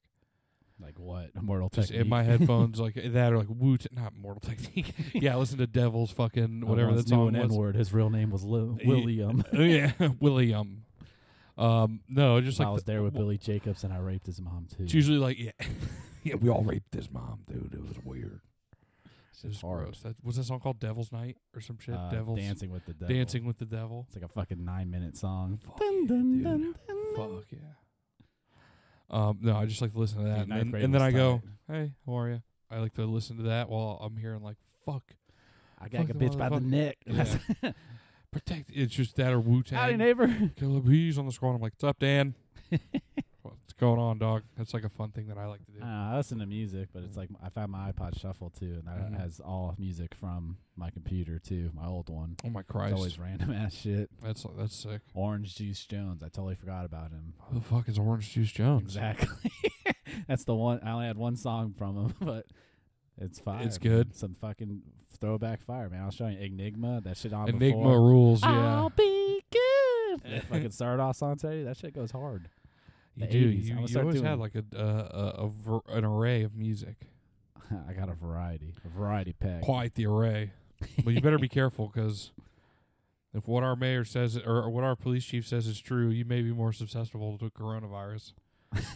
Speaker 1: Like what? Mortal
Speaker 2: Just
Speaker 1: Technique. (laughs)
Speaker 2: in my headphones like that or like Wu not Mortal Technique. (laughs) yeah, I listen to Devil's fucking
Speaker 1: I
Speaker 2: whatever
Speaker 1: once
Speaker 2: that
Speaker 1: knew
Speaker 2: song
Speaker 1: an
Speaker 2: was.
Speaker 1: N word. His real name was Lil-
Speaker 2: Ye-
Speaker 1: William.
Speaker 2: Oh yeah, William. Um, no, (laughs) just like
Speaker 1: I was
Speaker 2: the-
Speaker 1: there with
Speaker 2: well,
Speaker 1: Billy Jacobs and I raped his mom too.
Speaker 2: It's usually like, yeah, (laughs) yeah, we all raped his mom, dude. It was weird. It was
Speaker 1: hard.
Speaker 2: gross. That, was that song called Devil's Night or some shit?
Speaker 1: Uh,
Speaker 2: Devil's
Speaker 1: dancing with the devil.
Speaker 2: Dancing with the Devil.
Speaker 1: It's like a fucking nine minute song.
Speaker 2: Fuck yeah, dude. Fuck yeah. Um, no, I just like to listen to that, and
Speaker 1: ninth
Speaker 2: then,
Speaker 1: grade
Speaker 2: and then
Speaker 1: was
Speaker 2: I go,
Speaker 1: tight.
Speaker 2: "Hey, how are you?" I like to listen to that while I'm hearing like, "Fuck,
Speaker 1: I got a
Speaker 2: Fuck the
Speaker 1: bitch by the
Speaker 2: motherfucker.
Speaker 1: neck.
Speaker 2: Yeah. (laughs) protect." It's just that or Wu
Speaker 1: (laughs) Howdy,
Speaker 2: Tang.
Speaker 1: neighbor.
Speaker 2: Caleb Hughes on the squad. I'm like, "What's up, Dan? What's going on, dog?" That's like a fun thing that I like to do.
Speaker 1: (laughs) I, don't know, I listen to music, but it's like I found my iPod Shuffle too, and that
Speaker 2: Mhm.
Speaker 1: has all music from my computer too, my old one.
Speaker 2: oh my
Speaker 1: It's
Speaker 2: Christ,
Speaker 1: always random ass shit.
Speaker 2: that's that's sick.
Speaker 1: Orange Juice Jones. I totally forgot about him.
Speaker 2: Who the fuck is Orange Juice Jones?
Speaker 1: Exactly. (laughs) That's the one. I only had one song from him, (laughs) but it's fire.
Speaker 2: It's
Speaker 1: man.
Speaker 2: good.
Speaker 1: Some fucking throwback fire, man. I'll show you Enigma. That shit on
Speaker 2: Enigma (laughs)
Speaker 1: before.
Speaker 2: rules, yeah.
Speaker 1: I'll be good. That fucking start off song today. That shit goes hard.
Speaker 2: You
Speaker 1: the
Speaker 2: do.
Speaker 1: 80s.
Speaker 2: You,
Speaker 1: I'm gonna
Speaker 2: you
Speaker 1: start
Speaker 2: always
Speaker 1: doing
Speaker 2: had
Speaker 1: it.
Speaker 2: like a, uh, a, a ver- an array of music.
Speaker 1: (laughs) I got a variety, a variety pack. (laughs)
Speaker 2: Quite the array. But you better be careful because if what our mayor says or what our police chief says is true, you may be more susceptible to coronavirus.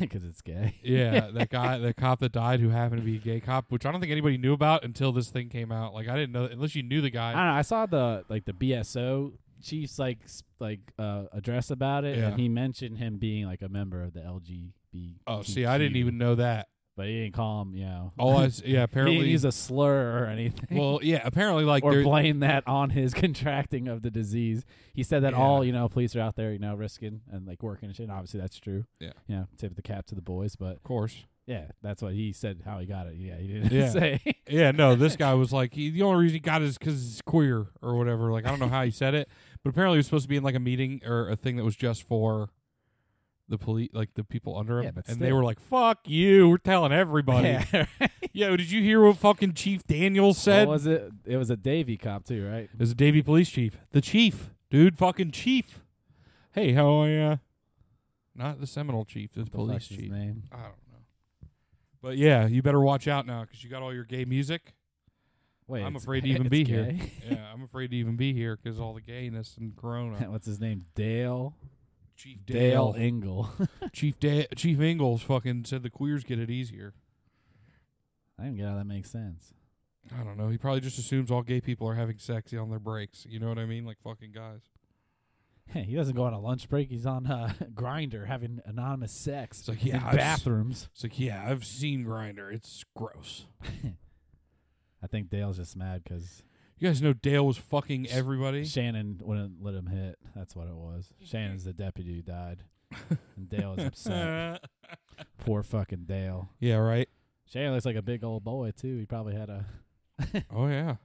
Speaker 1: because it's gay. (laughs)
Speaker 2: Yeah, that guy, that cop that died, who happened to be a gay cop, which I don't think anybody knew about until this thing came out. Like I didn't know unless you knew the
Speaker 1: I
Speaker 2: guy.
Speaker 1: don't know. I saw the like the BSO chief's like s- like uh, address about it,
Speaker 2: Yeah.
Speaker 1: and he mentioned him being like a member of the LGB.
Speaker 2: Oh, see, I didn't even know
Speaker 1: (laughs)
Speaker 2: that.
Speaker 1: But he didn't call him. You know,
Speaker 2: All I, s- yeah,
Speaker 1: he didn't
Speaker 2: apparently.
Speaker 1: use a slur or anything.
Speaker 2: well, yeah, apparently, like
Speaker 1: or
Speaker 2: there-
Speaker 1: blame that on his (laughs) contracting of the disease. He said that
Speaker 2: Yeah.
Speaker 1: all you know police are out there, you know, risking and like working and shit. And obviously, that's true.
Speaker 2: Yeah.
Speaker 1: you know, tip of the cap to the boys. But
Speaker 2: of course.
Speaker 1: yeah, that's what he said. How he got it. Yeah, he didn't (laughs)
Speaker 2: Yeah.
Speaker 1: say.
Speaker 2: Yeah, no, this guy was like, he, the only reason he got it is because he's queer or whatever. Like, I don't know how he said it, but apparently he was supposed to be in like a meeting or a thing that was just for the police, like the people under him.
Speaker 1: Yeah, but
Speaker 2: and
Speaker 1: still.
Speaker 2: they were like, fuck you, we're telling everybody.
Speaker 1: (laughs) Yeah, right.
Speaker 2: Yo, did you hear what fucking Chief Daniels
Speaker 1: What
Speaker 2: said?
Speaker 1: was it? It was a Davy cop too, right?
Speaker 2: It was a Davy police chief. The chief, dude, fucking chief. Hey, how are ya? Not the Seminole chief, the
Speaker 1: The fuck's
Speaker 2: police
Speaker 1: his
Speaker 2: chief.
Speaker 1: name.
Speaker 2: I don't know. But yeah, you better watch out now because you got all your gay music.
Speaker 1: Wait,
Speaker 2: I'm
Speaker 1: it's-
Speaker 2: afraid
Speaker 1: (laughs)
Speaker 2: to even
Speaker 1: it's
Speaker 2: be
Speaker 1: gay?
Speaker 2: (laughs) here. yeah, I'm afraid to even be here because all the gayness
Speaker 1: (laughs)
Speaker 2: and Corona.
Speaker 1: What's his name? Dale.
Speaker 2: Chief
Speaker 1: Dale
Speaker 2: Dale,
Speaker 1: Engel. (laughs)
Speaker 2: (laughs) Chief da- Chief Ingalls, fucking said the queers get it easier.
Speaker 1: I don't get how that makes sense. (laughs)
Speaker 2: I don't know. He probably just assumes all gay people are having sex on their breaks. You know what I mean? Like fucking guys.
Speaker 1: Hey, he doesn't go on a lunch break. He's on uh, (laughs) grinder having anonymous sex
Speaker 2: It's like,
Speaker 1: in
Speaker 2: yeah, I've s-
Speaker 1: bathrooms.
Speaker 2: It's like, yeah, I've seen Grinder. It's gross.
Speaker 1: I think Dale's just mad because
Speaker 2: You guys know Dale was fucking everybody.
Speaker 1: Shannon wouldn't let him hit. That's what it was. Shannon's the deputy who
Speaker 2: (laughs)
Speaker 1: died. And Dale is upset. Poor fucking Dale.
Speaker 2: yeah, right.
Speaker 1: Shannon looks like a big old boy too. He probably had a,
Speaker 2: Oh yeah,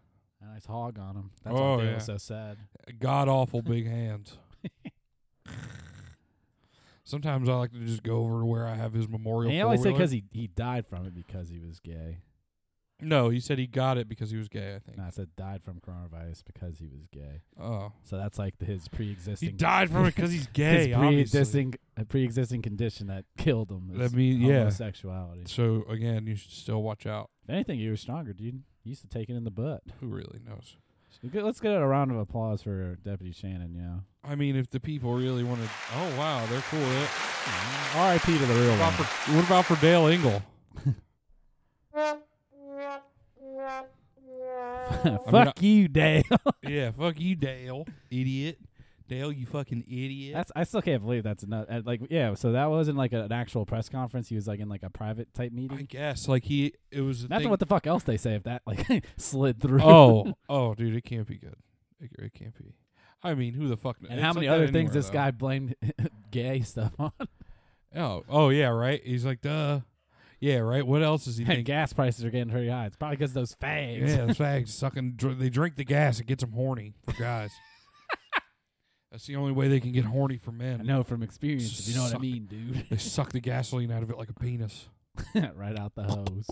Speaker 1: a nice hog on him. That's why
Speaker 2: Oh,
Speaker 1: Dale
Speaker 2: yeah.
Speaker 1: was so sad.
Speaker 2: god awful
Speaker 1: (laughs)
Speaker 2: big hands. Sometimes I like to just go over to where I have his memorial.
Speaker 1: And he always said
Speaker 2: four-wheeler.
Speaker 1: because he, he died from it because he was gay.
Speaker 2: No, he said he got it because he was gay. I think.
Speaker 1: And I said died from coronavirus because he was gay.
Speaker 2: Oh,
Speaker 1: So that's like the- his pre-existing.
Speaker 2: he died from
Speaker 1: (laughs)
Speaker 2: it because he's
Speaker 1: his
Speaker 2: gay. obviously.
Speaker 1: pre-existing a pre-existing condition that (laughs) killed him.
Speaker 2: That
Speaker 1: is
Speaker 2: mean- yeah.
Speaker 1: homosexuality.
Speaker 2: So again, you should still watch out.
Speaker 1: If anything, you were stronger, dude. You used to take it in the butt.
Speaker 2: Who really knows?
Speaker 1: Good- Let's get a round of applause for Deputy Shannon. You know,
Speaker 2: I mean, if the people really want to. Oh wow, they're cool. with it.
Speaker 1: R.I.P. to the real
Speaker 2: What
Speaker 1: (laughs) one.
Speaker 2: about for, what about for
Speaker 1: (laughs)
Speaker 2: Dale Engel?
Speaker 1: Fuck you,
Speaker 2: (laughs)
Speaker 1: Dale.
Speaker 2: yeah, fuck you, Dale, idiot. Dale, you fucking idiot.
Speaker 1: that's I still can't believe that's not uh, like yeah. So that wasn't like a, an actual press conference. He was like in like a private type
Speaker 2: I
Speaker 1: meeting.
Speaker 2: guess like he it was. a
Speaker 1: Not
Speaker 2: thing- (laughs)
Speaker 1: what the fuck else they say if that like (laughs) slid through.
Speaker 2: oh, oh, dude, it can't be good. It, it can't be. I mean, who the fuck?
Speaker 1: (laughs)
Speaker 2: kn-
Speaker 1: and
Speaker 2: it's
Speaker 1: how
Speaker 2: like
Speaker 1: many
Speaker 2: that
Speaker 1: other things
Speaker 2: anywhere,
Speaker 1: this
Speaker 2: though.
Speaker 1: guy blamed (laughs) gay stuff on? (laughs)
Speaker 2: Oh, oh yeah, right. He's like, duh. Yeah, right. What
Speaker 1: (laughs)
Speaker 2: else is he
Speaker 1: And
Speaker 2: thinking?
Speaker 1: gas prices are getting pretty high. It's probably because those fags.
Speaker 2: yeah, those fags sucking. Dr- they drink the gas. It gets them horny
Speaker 1: (laughs)
Speaker 2: for guys. That's the only way they can get horny
Speaker 1: (laughs)
Speaker 2: for
Speaker 1: I
Speaker 2: men.
Speaker 1: know from experience, if you know what I
Speaker 2: Suck.
Speaker 1: mean, dude. (laughs)
Speaker 2: (laughs) They suck the gasoline out of it like a penis.
Speaker 1: right out the hose.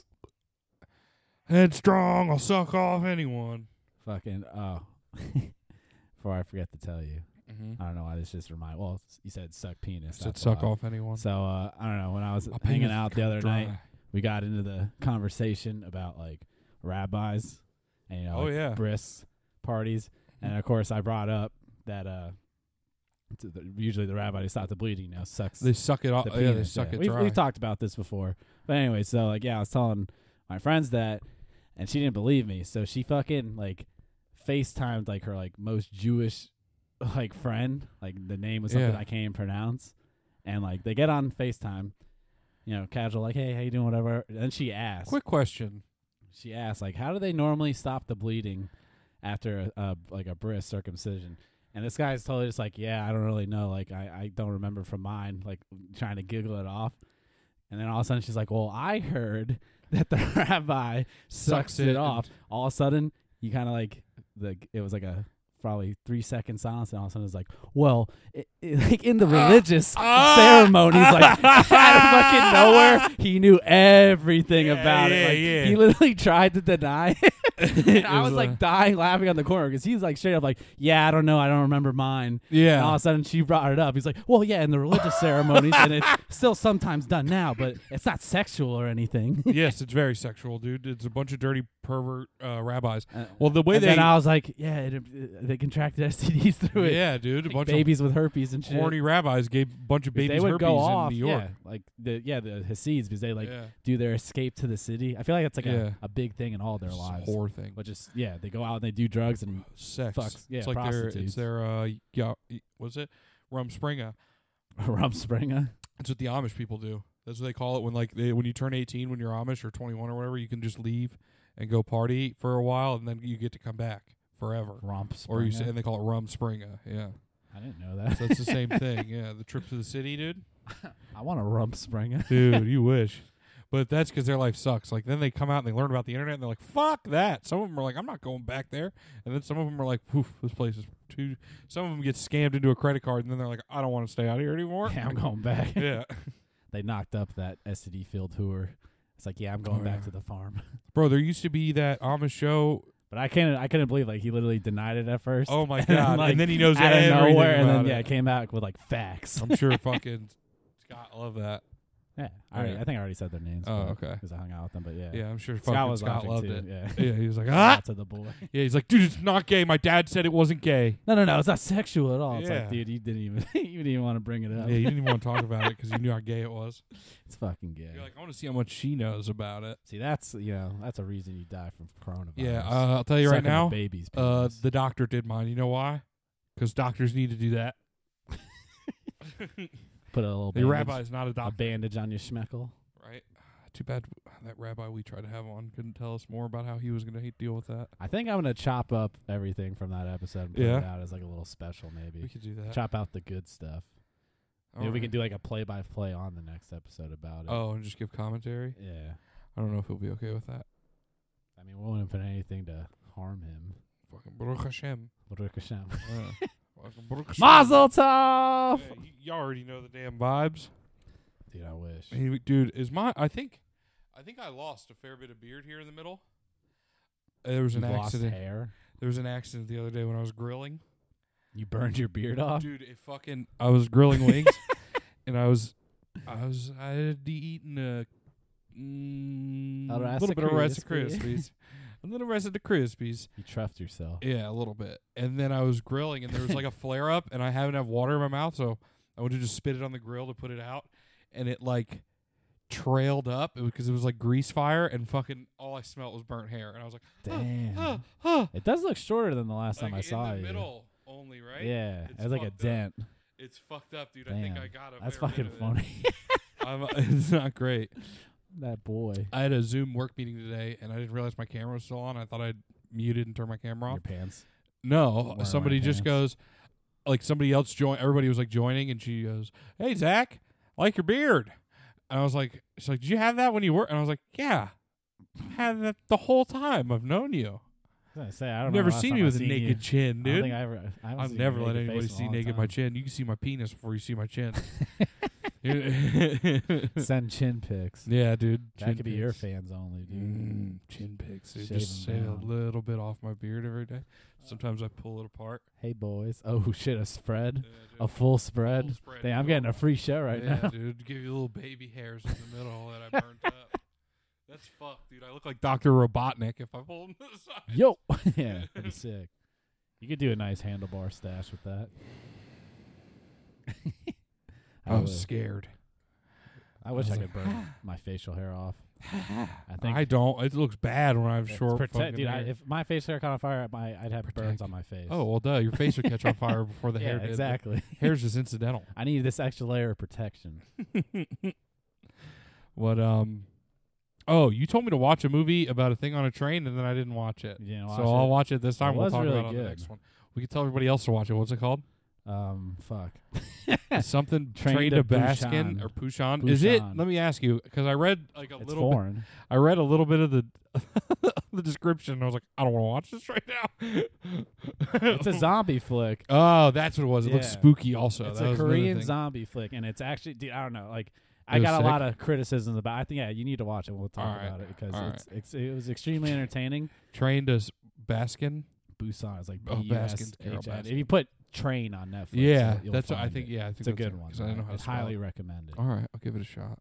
Speaker 2: Headstrong. I'll suck off anyone.
Speaker 1: Fucking oh. (laughs) Before I forget to tell you,
Speaker 2: Mm-hmm.
Speaker 1: I don't know why this just remind. Well, s- you said suck penis.
Speaker 2: Said
Speaker 1: that's
Speaker 2: suck
Speaker 1: why.
Speaker 2: off anyone.
Speaker 1: So uh, I don't know. When I was
Speaker 2: My
Speaker 1: hanging
Speaker 2: penis
Speaker 1: out
Speaker 2: is
Speaker 1: the
Speaker 2: kinda
Speaker 1: other
Speaker 2: dry.
Speaker 1: night, we got into the conversation about like rabbis and you know
Speaker 2: Oh
Speaker 1: like,
Speaker 2: yeah.
Speaker 1: bris parties, and of course I brought up that uh to the, usually the rabbi to stop the bleeding now sucks.
Speaker 2: They suck it off.
Speaker 1: the
Speaker 2: oh, yeah, they
Speaker 1: penis,
Speaker 2: suck
Speaker 1: yeah.
Speaker 2: it
Speaker 1: We've-
Speaker 2: dry.
Speaker 1: We've talked about this before, but anyway, so like, yeah, I was telling my friends that, and she didn't believe me, so she fucking like FaceTimed like her like most Jewish (laughs) like friend, like the name was something
Speaker 2: Yeah.
Speaker 1: I can't even pronounce, and like they get on FaceTime, you know, casual like, hey, how you doing, whatever. And then she asked,
Speaker 2: Quick question.
Speaker 1: she asked like, how do they normally stop the bleeding after a, a like a bris circumcision? And this guy's totally just like, yeah, I don't really know. Like, I, I don't remember from mine, like trying to giggle it off. And then all of a sudden she's like, well, I heard (laughs) that the rabbi sucks,
Speaker 2: Sucks
Speaker 1: it,
Speaker 2: it
Speaker 1: off.
Speaker 2: and-
Speaker 1: All of a sudden, you kind of like, the, it was like a probably three second silence. And all of a sudden it's like, well, i i (laughs) like in the religious
Speaker 2: ah,
Speaker 1: ceremonies, like (laughs) out of
Speaker 2: (laughs)
Speaker 1: fucking nowhere, he knew everything
Speaker 2: Yeah,
Speaker 1: about it.
Speaker 2: yeah,
Speaker 1: Like,
Speaker 2: yeah.
Speaker 1: He literally (laughs) tried to deny it. And I
Speaker 2: (laughs) It
Speaker 1: was
Speaker 2: was, uh,
Speaker 1: like dying laughing on the corner because he's like straight up like, yeah, I don't know, I don't remember mine. And all of
Speaker 2: Yeah.
Speaker 1: a sudden she brought it up. He's like, well, yeah, in the
Speaker 2: (laughs)
Speaker 1: religious ceremonies, and it's still sometimes done now, but it's not sexual or anything.
Speaker 2: yes, it's very sexual, dude. It's a bunch of dirty pervert uh, rabbis.
Speaker 1: Uh,
Speaker 2: well, the way
Speaker 1: and
Speaker 2: they
Speaker 1: then I was like, yeah, it, it- they contracted (laughs) STDs through it.
Speaker 2: yeah, dude, a
Speaker 1: Like,
Speaker 2: bunch
Speaker 1: babies with herpes and
Speaker 2: of
Speaker 1: shit.
Speaker 2: horny rabbis gave a bunch of
Speaker 1: Because
Speaker 2: babies
Speaker 1: they would
Speaker 2: herpes
Speaker 1: go off,
Speaker 2: in New York.
Speaker 1: yeah, like the yeah the Hasids because they like
Speaker 2: Yeah.
Speaker 1: do their escape to the city. I feel like that's like
Speaker 2: Yeah.
Speaker 1: a, a big thing in all their
Speaker 2: It's a
Speaker 1: lives.
Speaker 2: whore thing.
Speaker 1: Which is yeah, they go out and they do drugs and (laughs)
Speaker 2: sex.
Speaker 1: Fucks. Yeah,
Speaker 2: it's like their
Speaker 1: prostitutes.
Speaker 2: it's their uh yeah, was it Rumspringa?
Speaker 1: Rumspringa.
Speaker 2: That's what the Amish people do. That's what they call it when like they, when you turn 18 when you're Amish or 21 or whatever, you can just leave and go party for a while and then you get to come back forever.
Speaker 1: Rumspringa.
Speaker 2: Or you say, and they call it Rumspringa. Yeah.
Speaker 1: I didn't know (laughs) that.
Speaker 2: So that's the same thing. Yeah, the trip to the city, dude.
Speaker 1: I want a
Speaker 2: (laughs)
Speaker 1: Rumspringa.
Speaker 2: Dude, you wish. But that's because their life sucks. Like then they come out and they learn about the internet and they're like, "Fuck that." Some of them are like, "I'm not going back there," and then some of them are like, "Poof, this place is too." Some of them get scammed into a credit card and then they're like, "I don't want to stay out here
Speaker 1: (laughs)
Speaker 2: anymore."
Speaker 1: (laughs) yeah, I'm going
Speaker 2: (laughs)
Speaker 1: back.
Speaker 2: yeah, they
Speaker 1: they knocked up that STD field tour. It's like yeah, I'm going
Speaker 2: Oh,
Speaker 1: back
Speaker 2: yeah.
Speaker 1: to the farm. (laughs)
Speaker 2: bro. There used to be that Amish show.
Speaker 1: But I can't. I couldn't believe like he literally denied it at first.
Speaker 2: Oh
Speaker 1: (laughs)
Speaker 2: my
Speaker 1: And
Speaker 2: god! And,
Speaker 1: like,
Speaker 2: then he knows
Speaker 1: out of
Speaker 2: everything
Speaker 1: nowhere, and then
Speaker 2: about
Speaker 1: yeah,
Speaker 2: it. Um,
Speaker 1: came back with like facts.
Speaker 2: (laughs) I'm sure fucking Scott loved that.
Speaker 1: (laughs) yeah, I, already,
Speaker 2: Yeah.
Speaker 1: I think I already said their names.
Speaker 2: Oh, okay.
Speaker 1: Because I hung out with them, but yeah,
Speaker 2: Yeah, I'm sure fucking
Speaker 1: Scott was laughing
Speaker 2: loved
Speaker 1: too.
Speaker 2: it.
Speaker 1: Yeah.
Speaker 2: Yeah, he
Speaker 1: (laughs)
Speaker 2: was like,
Speaker 1: Shout
Speaker 2: "Ah."
Speaker 1: out to the boy.
Speaker 2: Yeah, he's like, "Dude, it's not gay. My dad said it wasn't gay."
Speaker 1: No, no, no. It's not sexual at all. It's like,
Speaker 2: Yeah.
Speaker 1: dude, you didn't even (laughs) you didn't even want to bring it
Speaker 2: Yeah,
Speaker 1: up.
Speaker 2: you didn't even want to talk about it because you knew how gay it was.
Speaker 1: (laughs) It's fucking gay.
Speaker 2: You're like, I want to see how much she knows about it.
Speaker 1: See, that's you know that's a reason you die from coronavirus.
Speaker 2: Yeah, uh, I'll tell you right
Speaker 1: Sucking a
Speaker 2: now.
Speaker 1: baby's
Speaker 2: Uh,
Speaker 1: penis.
Speaker 2: the doctor did mine. You know why? Because doctors need to
Speaker 1: (laughs)
Speaker 2: do that.
Speaker 1: put a little
Speaker 2: The
Speaker 1: bandage,
Speaker 2: rabbi is not a
Speaker 1: a
Speaker 2: doctor,
Speaker 1: bandage on your schmeckle.
Speaker 2: right? Too bad that rabbi we tried to have on couldn't tell us more about how he was going to deal with that.
Speaker 1: I think I'm gonna chop up everything from that episode and put it
Speaker 2: Yeah.
Speaker 1: out as like a little special, maybe.
Speaker 2: We could do that.
Speaker 1: chop out the good stuff. Maybe we
Speaker 2: Alright.
Speaker 1: could do like a play by play on the next episode about it.
Speaker 2: Oh, and just give commentary.
Speaker 1: Yeah.
Speaker 2: I don't know if he'll be okay with that.
Speaker 1: I mean, we wouldn't put anything to harm him.
Speaker 2: Fucking
Speaker 1: (laughs)
Speaker 2: Baruch Hashem.
Speaker 1: Baruch Hashem.
Speaker 2: Yeah. Fucking Baruch Hashem.
Speaker 1: Mazel tov!
Speaker 2: Yeah, y- y'all already know the damn vibes.
Speaker 1: Dude, I wish.
Speaker 2: Hey, dude, is my I think I think I lost a fair bit of beard here in the middle. Uh, There was an
Speaker 1: You lost
Speaker 2: accident.
Speaker 1: hair.
Speaker 2: There was an accident the other day when I was grilling.
Speaker 1: You burned your beard
Speaker 2: (laughs)
Speaker 1: off.
Speaker 2: Dude, it fucking I was
Speaker 1: (laughs)
Speaker 2: grilling wings and I was I was I had eaten a mm,
Speaker 1: A
Speaker 2: little bit of Rice
Speaker 1: Rice-A-Krispy. (laughs)
Speaker 2: Krispies. a little rest of the Krispies.
Speaker 1: You truffed
Speaker 2: (laughs)
Speaker 1: yourself.
Speaker 2: Yeah, a little bit. And then I was grilling, and there was
Speaker 1: (laughs)
Speaker 2: like a flare up, and I haven't have water in my mouth, so I went to just spit it on the grill to put it out, and it like trailed up because it was like grease fire, and fucking all I smelled was burnt hair, and I was like,
Speaker 1: Damn.
Speaker 2: huh, huh.
Speaker 1: It does look shorter than the last time
Speaker 2: Like,
Speaker 1: I saw
Speaker 2: in the
Speaker 1: you.
Speaker 2: middle only, right?
Speaker 1: Yeah,
Speaker 2: It's
Speaker 1: it's like a
Speaker 2: fucked up.
Speaker 1: dent.
Speaker 2: It's fucked up, dude. I
Speaker 1: Damn.
Speaker 2: think I got it.
Speaker 1: That's fucking funny. (laughs)
Speaker 2: I'm, (laughs) it's not great.
Speaker 1: that boy.
Speaker 2: I had a Zoom work meeting today, and I didn't realize my camera was still on. I thought I'd muted and turned my camera off.
Speaker 1: Your pants.
Speaker 2: No,
Speaker 1: Wearing my
Speaker 2: somebody just goes, like somebody else join. Everybody was like joining, and she goes, "Hey Zach, I like your beard." And I was like, "She's like, did you have that when you were?" And I was like, "Yeah, I had that the whole time I've known you.
Speaker 1: I was gonna say, I don't
Speaker 2: I've
Speaker 1: know
Speaker 2: never
Speaker 1: the last
Speaker 2: seen
Speaker 1: time
Speaker 2: you
Speaker 1: I've
Speaker 2: with a
Speaker 1: seen
Speaker 2: naked
Speaker 1: you.
Speaker 2: chin,
Speaker 1: I don't
Speaker 2: dude.
Speaker 1: think I ever. I haven't
Speaker 2: I've
Speaker 1: seen your
Speaker 2: never let
Speaker 1: naked
Speaker 2: anybody
Speaker 1: face in a
Speaker 2: see
Speaker 1: long
Speaker 2: naked my
Speaker 1: time.
Speaker 2: chin. You can see my penis before you see
Speaker 1: (laughs)
Speaker 2: my chin. (laughs) yeah,
Speaker 1: Send chin pics.
Speaker 2: dude,
Speaker 1: That
Speaker 2: chin
Speaker 1: could be your
Speaker 2: pics.
Speaker 1: fans only, dude.
Speaker 2: Mm, chin pics. Dude.
Speaker 1: Shave
Speaker 2: Just
Speaker 1: them
Speaker 2: save a
Speaker 1: down.
Speaker 2: little bit off my beard every day. Sometimes I pull it apart.
Speaker 1: Hey boys. Oh (laughs) shit, a spread,
Speaker 2: Yeah, dude.
Speaker 1: a full spread.
Speaker 2: Full spread,
Speaker 1: Damn, I'm
Speaker 2: bro.
Speaker 1: getting a free show right
Speaker 2: yeah, (laughs)
Speaker 1: now. (laughs)
Speaker 2: dude. Give you little baby hairs in the middle that I burnt up. That's fucked, dude. I look like Doctor Robotnik if I pull him to the side.
Speaker 1: Yo, (laughs)
Speaker 2: (laughs)
Speaker 1: yeah, that'd be sick. You could do a nice handlebar stash with that. (laughs) I,
Speaker 2: I
Speaker 1: would.
Speaker 2: was scared.
Speaker 1: I wish I,
Speaker 2: was
Speaker 1: could
Speaker 2: like,
Speaker 1: burn my facial hair
Speaker 2: (laughs)
Speaker 1: off. I think
Speaker 2: I don't. It looks bad when I have
Speaker 1: it's
Speaker 2: short
Speaker 1: protect,
Speaker 2: fucking
Speaker 1: dude. I,
Speaker 2: hair.
Speaker 1: if my facial hair caught on fire, my I'd have burns
Speaker 2: Protect.
Speaker 1: on my face.
Speaker 2: oh well, duh. Your face would catch on
Speaker 1: (laughs)
Speaker 2: fire before the
Speaker 1: yeah,
Speaker 2: hair did.
Speaker 1: exactly. (laughs)
Speaker 2: Hair's just incidental.
Speaker 1: I need this extra layer of protection.
Speaker 2: What um. Oh, you told me to watch a movie about a thing on a train, and then I didn't watch it.
Speaker 1: You didn't
Speaker 2: so
Speaker 1: watch
Speaker 2: I'll
Speaker 1: it?
Speaker 2: watch it this time. we'll
Speaker 1: was
Speaker 2: talk
Speaker 1: really
Speaker 2: about it on the
Speaker 1: good.
Speaker 2: next one. We can tell everybody else to watch it. What's
Speaker 1: (laughs)
Speaker 2: it called?
Speaker 1: Um, fuck.
Speaker 2: Something
Speaker 1: Train
Speaker 2: train,
Speaker 1: to
Speaker 2: to Baskin
Speaker 1: Busan.
Speaker 2: or Pushan. Is it?
Speaker 1: Busan.
Speaker 2: Let me ask you because I read like a
Speaker 1: It's
Speaker 2: little. Bit,
Speaker 1: foreign.
Speaker 2: I read a little bit of the (laughs) the description. And I was like, I don't want to watch this (laughs) right now.
Speaker 1: It's a zombie
Speaker 2: (laughs)
Speaker 1: flick.
Speaker 2: Oh, that's what it was. It looks
Speaker 1: Yeah.
Speaker 2: spooky. Also,
Speaker 1: it's
Speaker 2: Oh, That
Speaker 1: a
Speaker 2: was another
Speaker 1: Korean
Speaker 2: thing.
Speaker 1: zombie flick, and it's actually, dude, I don't know. Like, I
Speaker 2: was
Speaker 1: got a
Speaker 2: sick?
Speaker 1: lot of criticisms about. I think, yeah, you need to watch it. We'll talk
Speaker 2: Alright,
Speaker 1: about it because
Speaker 2: alright.
Speaker 1: it's, it's it was extremely entertaining.
Speaker 2: Train to s- Baskin.
Speaker 1: Busan is like
Speaker 2: Oh, Baskin's Carol
Speaker 1: B-U-S-H-I-N. If
Speaker 2: Baskin.
Speaker 1: you put train on Netflix,
Speaker 2: yeah,
Speaker 1: you'll
Speaker 2: that's. What I
Speaker 1: find
Speaker 2: think.
Speaker 1: it.
Speaker 2: Yeah, I think
Speaker 1: it's a
Speaker 2: that's
Speaker 1: good
Speaker 2: it,
Speaker 1: one.
Speaker 2: 'cause I don't know how to
Speaker 1: it's
Speaker 2: spell
Speaker 1: highly
Speaker 2: it.
Speaker 1: recommended.
Speaker 2: All right, I'll give it a shot.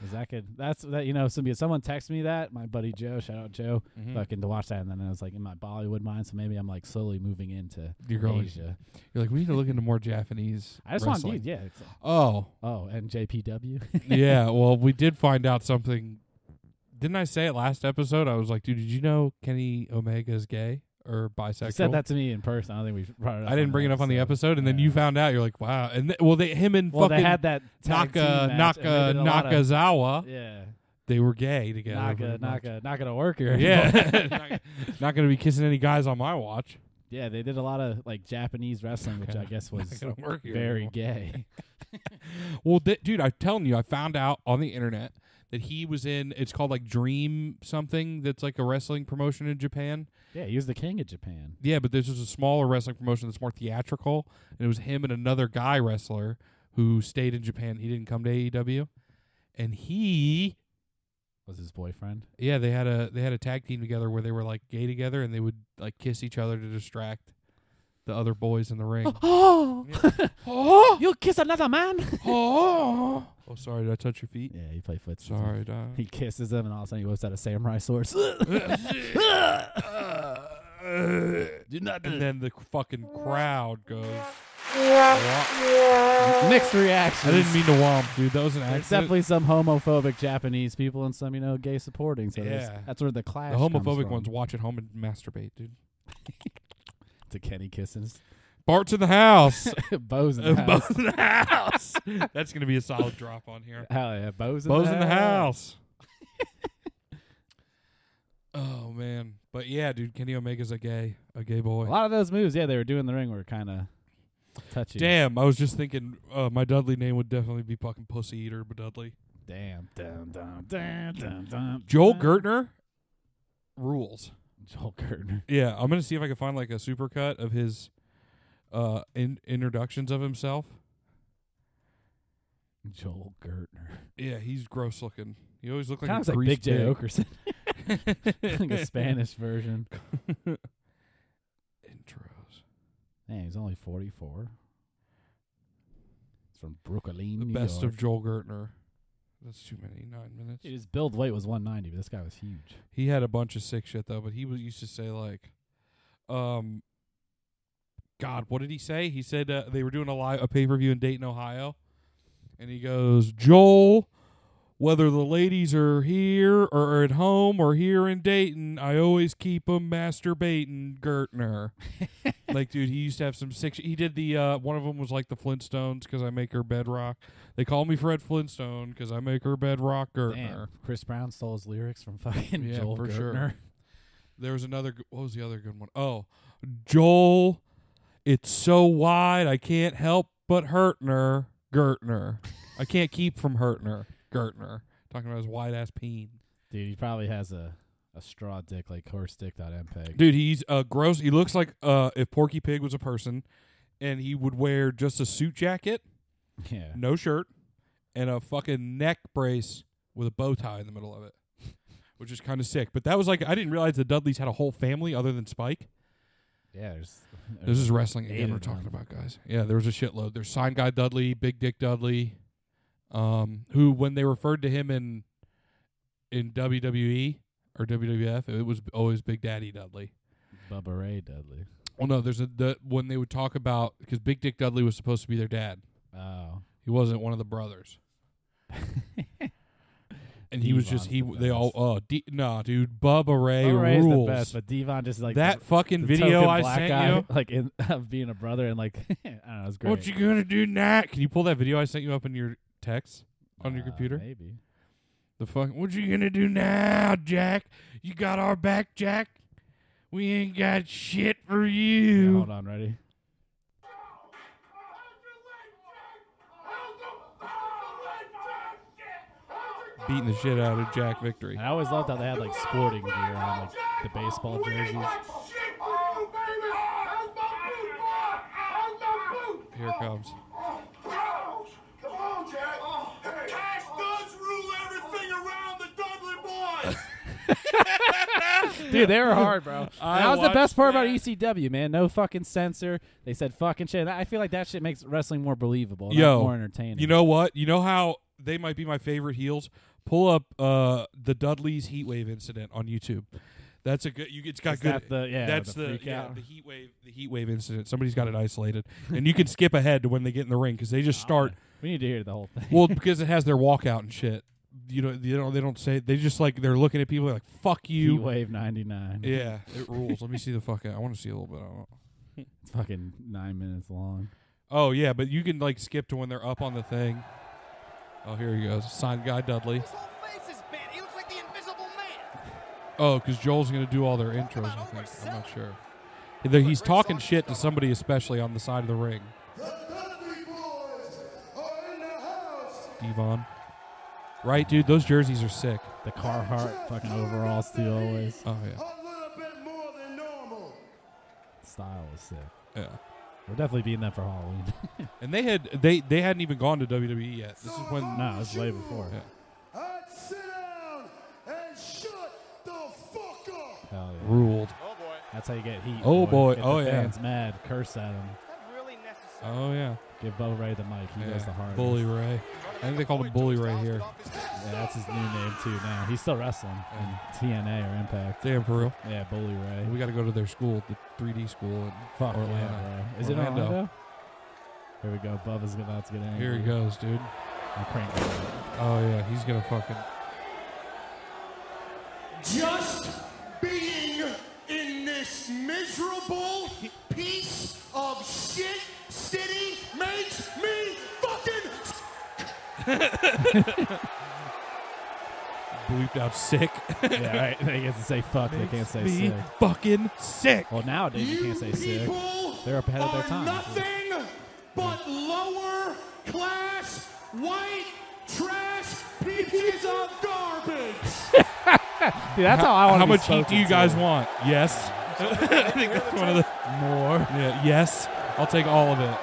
Speaker 1: 'Cause that could that's that you know somebody someone texted me that my buddy Joe shout out Joe
Speaker 2: Mhm.
Speaker 1: fucking to watch that and then I was like in my Bollywood mind so maybe I'm like slowly moving into
Speaker 2: You're going-
Speaker 1: Asia.
Speaker 2: You're like, we need to look into more Japanese.
Speaker 1: (laughs) I just want
Speaker 2: wrestling.
Speaker 1: dude yeah it's- (laughs)
Speaker 2: Oh,
Speaker 1: oh and (laughs) JPW
Speaker 2: yeah, well, we did find out something. Didn't I say it last episode? I was like, dude, did you know Kenny Omega is gay or bisexual?
Speaker 1: You said that to me in person. I don't think we brought it up.
Speaker 2: I didn't bring it up on the episode, and then you found out. You're like, wow. And th- well, they him and
Speaker 1: Well, they
Speaker 2: fucking
Speaker 1: had that tag team
Speaker 2: Naka
Speaker 1: match, and
Speaker 2: Naka
Speaker 1: they did a lot of-
Speaker 2: (laughs) Nakazawa,
Speaker 1: Yeah,
Speaker 2: they were gay together.
Speaker 1: Naka
Speaker 2: pretty much.
Speaker 1: Naka Naka to worker.
Speaker 2: (laughs) Yeah, not, not gonna be kissing any guys on my watch.
Speaker 1: (laughs) yeah. They did a lot of like Japanese wrestling, which I guess was
Speaker 2: Not gonna work here
Speaker 1: very
Speaker 2: anymore.
Speaker 1: gay. (laughs)
Speaker 2: Well, di- dude, I'm telling you, I found out on the internet that he was in. It's called like Dream something. That's like a wrestling promotion in Japan.
Speaker 1: yeah, he was the king of Japan.
Speaker 2: Yeah, but this is a smaller wrestling promotion that's more theatrical, and it was him and another guy wrestler who stayed in Japan. He didn't come to AEW, and he,
Speaker 1: Was his boyfriend?
Speaker 2: yeah, they had a they had a tag team together where they were like gay together, and they would like kiss each other to distract the other boys in the ring.
Speaker 1: Oh, (laughs)
Speaker 2: oh,
Speaker 1: you kiss another man?
Speaker 2: (laughs) oh, oh, sorry, did I touch your feet?
Speaker 1: (laughs) Yeah, he played foot.
Speaker 2: Sorry, (laughs) dog.
Speaker 1: He kisses him, and all of a sudden he whips out a samurai sword. (laughs)
Speaker 2: (laughs) and then the fucking crowd goes.
Speaker 1: Mixed reaction.
Speaker 2: I didn't mean to womp, dude. That was an
Speaker 1: There's
Speaker 2: accident.
Speaker 1: definitely some homophobic Japanese people and some, you know, gay supporting. So there's-
Speaker 2: Yeah.
Speaker 1: that's where the clash.
Speaker 2: The homophobic
Speaker 1: comes
Speaker 2: ones
Speaker 1: from.
Speaker 2: watch at home and masturbate, dude.
Speaker 1: (laughs) to Kenny (laughs) kisses.
Speaker 2: Bart's in the house.
Speaker 1: Bo's in the house.
Speaker 2: Uh, Bo's (laughs) in the house. (laughs) That's gonna be a solid drop on here.
Speaker 1: Hell yeah, Bo's in
Speaker 2: Bo's
Speaker 1: the
Speaker 2: in the
Speaker 1: house.
Speaker 2: house. (laughs) oh man, but yeah, dude, Kenny Omega's a gay, a gay
Speaker 1: A
Speaker 2: boy.
Speaker 1: lot of those moves, yeah, they were doing in the ring were kind of touchy.
Speaker 2: Damn, I was just thinking uh, my Dudley name would definitely be fucking pussy eater, but Dudley.
Speaker 1: damn, damn, damn, damn, damn, damn.
Speaker 2: Joel Gertner rules.
Speaker 1: Joel Gertner.
Speaker 2: Yeah, I'm gonna see if I can find like a supercut of his uh in- introductions of himself.
Speaker 1: Joel Gertner.
Speaker 2: Yeah, he's gross looking. He always looked like
Speaker 1: Kind of looks
Speaker 2: a
Speaker 1: like Big
Speaker 2: greased
Speaker 1: J
Speaker 2: pig.
Speaker 1: Okerson, (laughs)
Speaker 2: (laughs)
Speaker 1: like a Spanish version.
Speaker 2: Intros.
Speaker 1: Man, he's only 44. He's from Brooklyn,
Speaker 2: The
Speaker 1: New
Speaker 2: best
Speaker 1: York.
Speaker 2: of Joel Gertner. That's too many. Nine minutes.
Speaker 1: Dude, his build weight was 190, but this guy was huge.
Speaker 2: He had a bunch of sick shit though, but he was used to say like, um, God, what did he say? He said uh, they were doing a live a pay per view in Dayton, Ohio, and he goes, Joel, whether the ladies are here or are at home or here in Dayton, I always keep 'em masturbating, Gertner. like, dude, he used to have some sick. Sh- he did the uh, one of them was like the Flintstones because I make her bedrock. They call me Fred Flintstone because I make her bedrock, Gertner.
Speaker 1: Damn, Chris Brown stole his lyrics from (laughs) fucking
Speaker 2: Yeah,
Speaker 1: Joel
Speaker 2: for
Speaker 1: Gertner. (laughs)
Speaker 2: sure. There was another. g- What was the other good one? Oh, Joel. It's so wide, I can't help but Hurtner Gertner. I can't keep from Hurtner Gertner. Talking about his wide ass peen.
Speaker 1: Dude, he probably has a, a straw dick like horse dick dot MPEG.
Speaker 2: Dude, he's uh, gross. He looks like uh, if Porky Pig was a person, and he would wear just a suit jacket,
Speaker 1: (laughs) Yeah.
Speaker 2: no shirt, and a fucking neck brace with a bow tie in the middle of it, which is kind of sick. But that was like I didn't realize the Dudleys had a whole family other than Spike.
Speaker 1: Yeah, there's,
Speaker 2: This is wrestling
Speaker 1: Eight
Speaker 2: again we're
Speaker 1: of
Speaker 2: talking
Speaker 1: them.
Speaker 2: about, guys. Yeah, there was a shitload. There's Sign Guy Dudley, Big Dick Dudley, um, who when they referred to him in in WWE or WWF, it was always Big Daddy Dudley.
Speaker 1: Bubba Ray Dudley.
Speaker 2: Well, no, there's a the when they would talk about because Big Dick Dudley was supposed to be their dad,
Speaker 1: Oh,
Speaker 2: He wasn't one of
Speaker 1: (laughs)
Speaker 2: the brothers. and he was
Speaker 1: Devon's
Speaker 2: just he.
Speaker 1: the
Speaker 2: They all
Speaker 1: best.
Speaker 2: oh D, nah, dude. Bubba Ray
Speaker 1: Bill Ray's
Speaker 2: rules.
Speaker 1: the best, but Devon just like
Speaker 2: that
Speaker 1: the-
Speaker 2: fucking
Speaker 1: the
Speaker 2: video
Speaker 1: token
Speaker 2: I
Speaker 1: black
Speaker 2: sent
Speaker 1: guy,
Speaker 2: you.
Speaker 1: (laughs) like in of being a brother and like (laughs) I don't know, it's great.
Speaker 2: What you gonna do now? Can you pull that video I sent you up in your text on your
Speaker 1: Uh,
Speaker 2: computer?
Speaker 1: Maybe.
Speaker 2: The fuck? What you gonna do now, Jack? You got our back, Jack. We ain't got shit for
Speaker 1: Yeah,
Speaker 2: you.
Speaker 1: hold on, ready?
Speaker 2: Beating the shit out of Jack Victory.
Speaker 1: And I always loved how they had like sporting gear on, like the baseball jerseys.
Speaker 2: Here it comes.
Speaker 7: Come on, Jack. Cash does rule everything around the Dudley boys.
Speaker 1: Dude, they were hard, (laughs) bro.
Speaker 2: I
Speaker 1: that was the
Speaker 2: watched
Speaker 1: best part
Speaker 2: that.
Speaker 1: about ECW, man. No fucking censor. They said fucking shit. And I feel like that shit makes wrestling more believable, not
Speaker 2: Yo,
Speaker 1: more entertaining.
Speaker 2: You know what? You know how they might be my favorite heels. Pull up uh, the Dudley's heat wave incident on YouTube. That's a good. You, it's got
Speaker 1: Is
Speaker 2: good.
Speaker 1: that the- yeah,
Speaker 2: that's
Speaker 1: the
Speaker 2: the
Speaker 1: freak
Speaker 2: yeah,
Speaker 1: out?
Speaker 2: the heat wave the heat wave incident. Somebody's got it isolated, and you can skip ahead to when they get in the ring because
Speaker 1: (laughs)
Speaker 2: they just start.
Speaker 1: we need to hear the whole thing.
Speaker 2: Well, because it has their walkout and shit. You know, you know, they don't say. They just like they're looking at people they're like "fuck
Speaker 1: (laughs)
Speaker 2: you."
Speaker 1: Heat Wave '99.
Speaker 2: Yeah, it rules. Let me see the fuck. out. I want to see a little bit. I don't
Speaker 1: It's fucking nine minutes long.
Speaker 2: Oh yeah, but you can like skip to when they're up on the thing. Oh, here he goes. Signed guy Dudley.
Speaker 6: His whole face is bent. He looks like the Invisible Man.
Speaker 2: Oh, because Joel's going to do all their intros, I think. I'm not sure. Either He's talking shit to somebody, especially on the side of the ring. Devon. Right, dude? Those jerseys are sick.
Speaker 1: The Carhartt fucking overalls too. Always
Speaker 2: Oh, yeah.
Speaker 1: style is sick.
Speaker 2: Yeah.
Speaker 1: We're definitely beating that for Halloween. (laughs)
Speaker 2: And they had they they hadn't even gone to WWE yet. This is when
Speaker 1: no, it's way before.
Speaker 2: Yeah.
Speaker 1: Hell yeah.
Speaker 2: ruled.
Speaker 1: That's how you get heat.
Speaker 2: Oh, boy.
Speaker 1: Get
Speaker 2: Oh,
Speaker 1: the
Speaker 2: yeah.
Speaker 1: Fans mad. Curse at him.
Speaker 6: That really necessary.
Speaker 2: Oh yeah.
Speaker 1: Give Bo Ray the mic. He
Speaker 2: yeah.
Speaker 1: goes the hardest.
Speaker 2: Bully Ray. I think they called him Bully Ray here.
Speaker 1: Yeah, that's his new name too. Now he's still wrestling in TNA or Impact.
Speaker 2: Damn for real.
Speaker 1: Yeah, Bully Ray.
Speaker 2: We got to go to their school, the 3D school in
Speaker 1: Fuck
Speaker 2: Orlando.
Speaker 1: yeah, bro. Is it
Speaker 2: Orlando.
Speaker 1: Orlando? Here we go. Bubba's about to get angry.
Speaker 2: Here he goes, dude.
Speaker 1: I'm cranking it up.
Speaker 2: Oh yeah, he's gonna fucking.
Speaker 7: Just being in this miserable piece of shit city makes me fucking
Speaker 2: bleeped out sick.
Speaker 1: yeah, right. They get to say fuck. They can't (laughs)
Speaker 2: (laughs)
Speaker 1: say sick.
Speaker 2: fucking sick.
Speaker 1: Well, nowadays you can't say sick.
Speaker 7: people
Speaker 1: They're up ahead of their
Speaker 7: are
Speaker 1: time, so-
Speaker 7: Nothing but lower class white trash pieces of garbage.
Speaker 1: Dude, that's how I want.
Speaker 2: How much heat do you guys want? Yes.
Speaker 1: (laughs)
Speaker 2: (laughs) I think that's one of the more. Yeah. Yes. I'll take all of
Speaker 1: (laughs)
Speaker 2: it.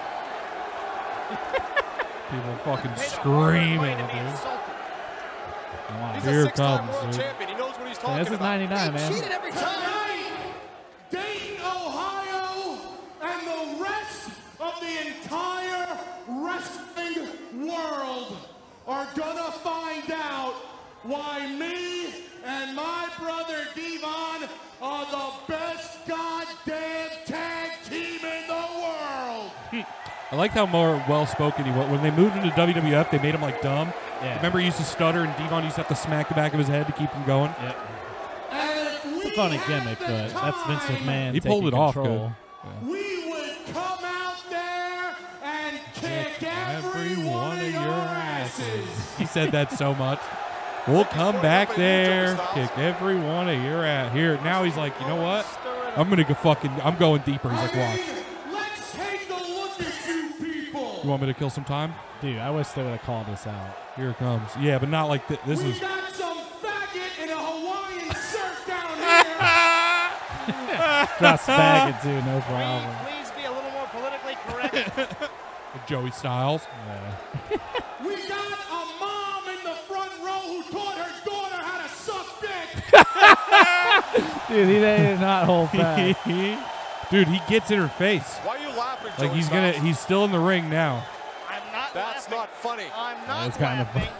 Speaker 2: People fucking
Speaker 6: Paid a hard earned money
Speaker 2: screaming,
Speaker 6: to be
Speaker 2: dude.
Speaker 6: insulted.
Speaker 2: Here comes, dude.
Speaker 1: This is '99, man.
Speaker 6: Cheated every time.
Speaker 7: Tonight, Dayton, Ohio, and the rest of the entire wrestling world are gonna find out why me and my brother Devon are the best goddamn tag team in the world.
Speaker 2: I like how more well spoken he was. When they moved into WWF, they made him like dumb.
Speaker 1: Yeah.
Speaker 2: Remember, he used to stutter, and Devon used to have to smack the back of his head to keep him going.
Speaker 1: Yep.
Speaker 7: And if we
Speaker 1: It's a funny
Speaker 7: had
Speaker 1: gimmick,
Speaker 7: the
Speaker 1: but that's Vince
Speaker 7: time,
Speaker 1: McMahon.
Speaker 2: He pulled
Speaker 1: taking
Speaker 2: it off
Speaker 1: control.
Speaker 7: We would come out there and kick every, one of your asses.
Speaker 2: He said that so much. We'll come back there, kick every one of your ass. Here now, he's like, you know what? I'm gonna go fucking. I'm going deeper. He's like,
Speaker 7: I
Speaker 2: watch.
Speaker 7: mean, let's take a look at you
Speaker 2: You
Speaker 7: people.
Speaker 2: want me to kill some time?
Speaker 1: Dude, I wish they would have called us out.
Speaker 2: (laughs) Here it comes. Yeah, but not like thi- this
Speaker 7: We
Speaker 2: is.
Speaker 7: got some faggot in a Hawaiian shirt down
Speaker 2: (laughs)
Speaker 7: here.
Speaker 1: That's faggot too. No
Speaker 6: Can
Speaker 1: problem.
Speaker 6: you Please be a little more politically correct.
Speaker 2: Joey Styles.
Speaker 7: We got a mom in the front row who taught her daughter how to suck dick.
Speaker 1: Dude, he they did not
Speaker 2: (laughs)
Speaker 1: hold back.
Speaker 2: Dude, he gets in her face.
Speaker 8: Why are you laughing,
Speaker 2: Like
Speaker 8: Joey
Speaker 2: he's gonna.
Speaker 8: Styles?
Speaker 2: He's still in the ring now.
Speaker 6: I'm not
Speaker 8: That's
Speaker 6: laughing.
Speaker 8: not funny.
Speaker 6: I'm not
Speaker 1: That's kind of
Speaker 6: laughing.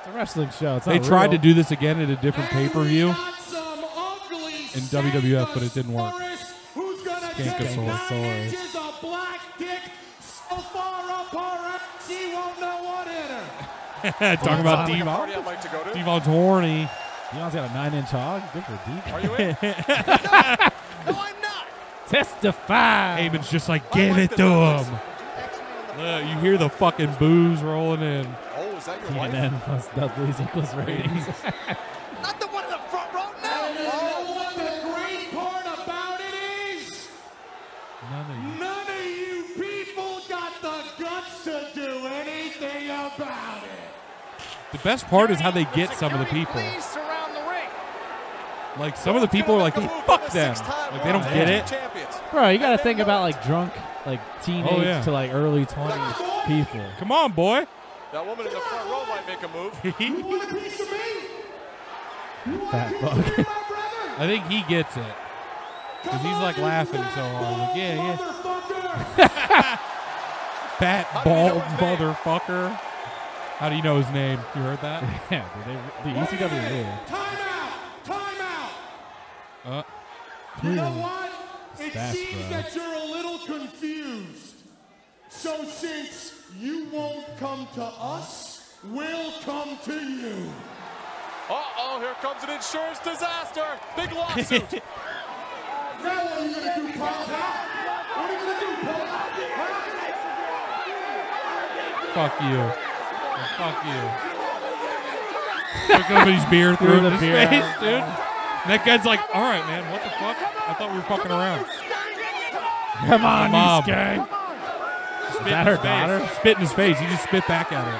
Speaker 1: It's a wrestling show. It's
Speaker 2: They
Speaker 1: not
Speaker 2: tried to
Speaker 1: real.
Speaker 2: do this again at a different pay
Speaker 7: And
Speaker 2: per
Speaker 1: (laughs)
Speaker 7: we
Speaker 2: view.
Speaker 7: got some ugly
Speaker 2: in WWF, but it didn't work.
Speaker 7: Skankosaurus Who's gonna take
Speaker 2: Skankosaurus.
Speaker 7: nine inches of black dick so far up her
Speaker 2: Talk about
Speaker 8: Sounds like a
Speaker 2: Devon.
Speaker 8: party I'd like to go to.
Speaker 2: Devon's horny.
Speaker 1: Dion's got a nine-inch hog. Good for Devon.
Speaker 8: Are you
Speaker 1: (laughs)
Speaker 8: in?
Speaker 6: No, I'm not.
Speaker 1: Testify.
Speaker 2: Heyman's just like,
Speaker 8: I
Speaker 2: give
Speaker 8: like
Speaker 2: it
Speaker 8: the
Speaker 2: to
Speaker 8: noise.
Speaker 2: him. Look, you hear the fucking booze rolling in.
Speaker 8: Oh, is that your wife?
Speaker 1: CNN plus Dudley's equals
Speaker 2: (laughs)
Speaker 1: ratings.
Speaker 6: Not the one in the front row.
Speaker 7: And you
Speaker 6: No.
Speaker 7: know what the great part about it is?
Speaker 1: None
Speaker 7: None of you people got the guts to do anything about it.
Speaker 2: The best part is how they get some of the
Speaker 6: Security,
Speaker 2: people.
Speaker 6: Please surround the ring.
Speaker 2: Like some of the people are like,
Speaker 8: Make a
Speaker 2: hey,
Speaker 8: move
Speaker 2: fuck
Speaker 8: for the
Speaker 2: them.
Speaker 8: six-time
Speaker 2: Like they don't
Speaker 8: Raw
Speaker 2: get
Speaker 8: Tag
Speaker 2: it.
Speaker 8: Team Champions.
Speaker 1: of- Bro, you got to think about like drunk, like teenage
Speaker 2: Oh, yeah.
Speaker 1: to like early 20s people.
Speaker 2: Come on, boy.
Speaker 8: That woman in the front row might make a
Speaker 2: (laughs)
Speaker 8: move.
Speaker 7: You want a piece of me? You want
Speaker 1: Fat
Speaker 7: a piece
Speaker 1: fuck.
Speaker 7: of me, my
Speaker 2: (laughs)
Speaker 7: brother?
Speaker 2: I think he gets it.
Speaker 7: Come
Speaker 2: he's,
Speaker 7: on,
Speaker 2: like,
Speaker 7: you
Speaker 2: laughing
Speaker 7: fat
Speaker 2: so hard. Like,
Speaker 7: bald
Speaker 2: yeah,
Speaker 8: do
Speaker 2: yeah. Fat
Speaker 7: motherfucker.
Speaker 8: you know his name?
Speaker 2: bald
Speaker 8: motherfucker.
Speaker 2: motherfucker. How do you know his name? You heard that?
Speaker 1: (laughs) Yeah, but they, the E ECW rule.
Speaker 7: Time out. Time out.
Speaker 2: Uh,
Speaker 7: You know what? It
Speaker 1: Stash,
Speaker 7: seems
Speaker 1: bro.
Speaker 7: that you're a little confused. So since you won't come to us, we'll come to you.
Speaker 8: Uh-oh, here comes an insurance disaster. Big
Speaker 2: (laughs)
Speaker 8: lawsuit.
Speaker 7: Now what are you gonna do, pal? Huh? What are you gonna do, pal? Huh?
Speaker 2: fuck you. And fuck you. Took everybody's beer threw it in
Speaker 1: the
Speaker 2: his
Speaker 1: beer
Speaker 2: face,
Speaker 1: out.
Speaker 2: dude. And that guy's like, all right, man, what the fuck? I thought we were fucking around.
Speaker 1: Come on,
Speaker 2: Mom.
Speaker 1: you skank.
Speaker 2: Spit
Speaker 1: that
Speaker 2: in his
Speaker 1: her
Speaker 2: face.
Speaker 1: daughter?
Speaker 2: Spit in his face. He just spit back at her.
Speaker 8: Is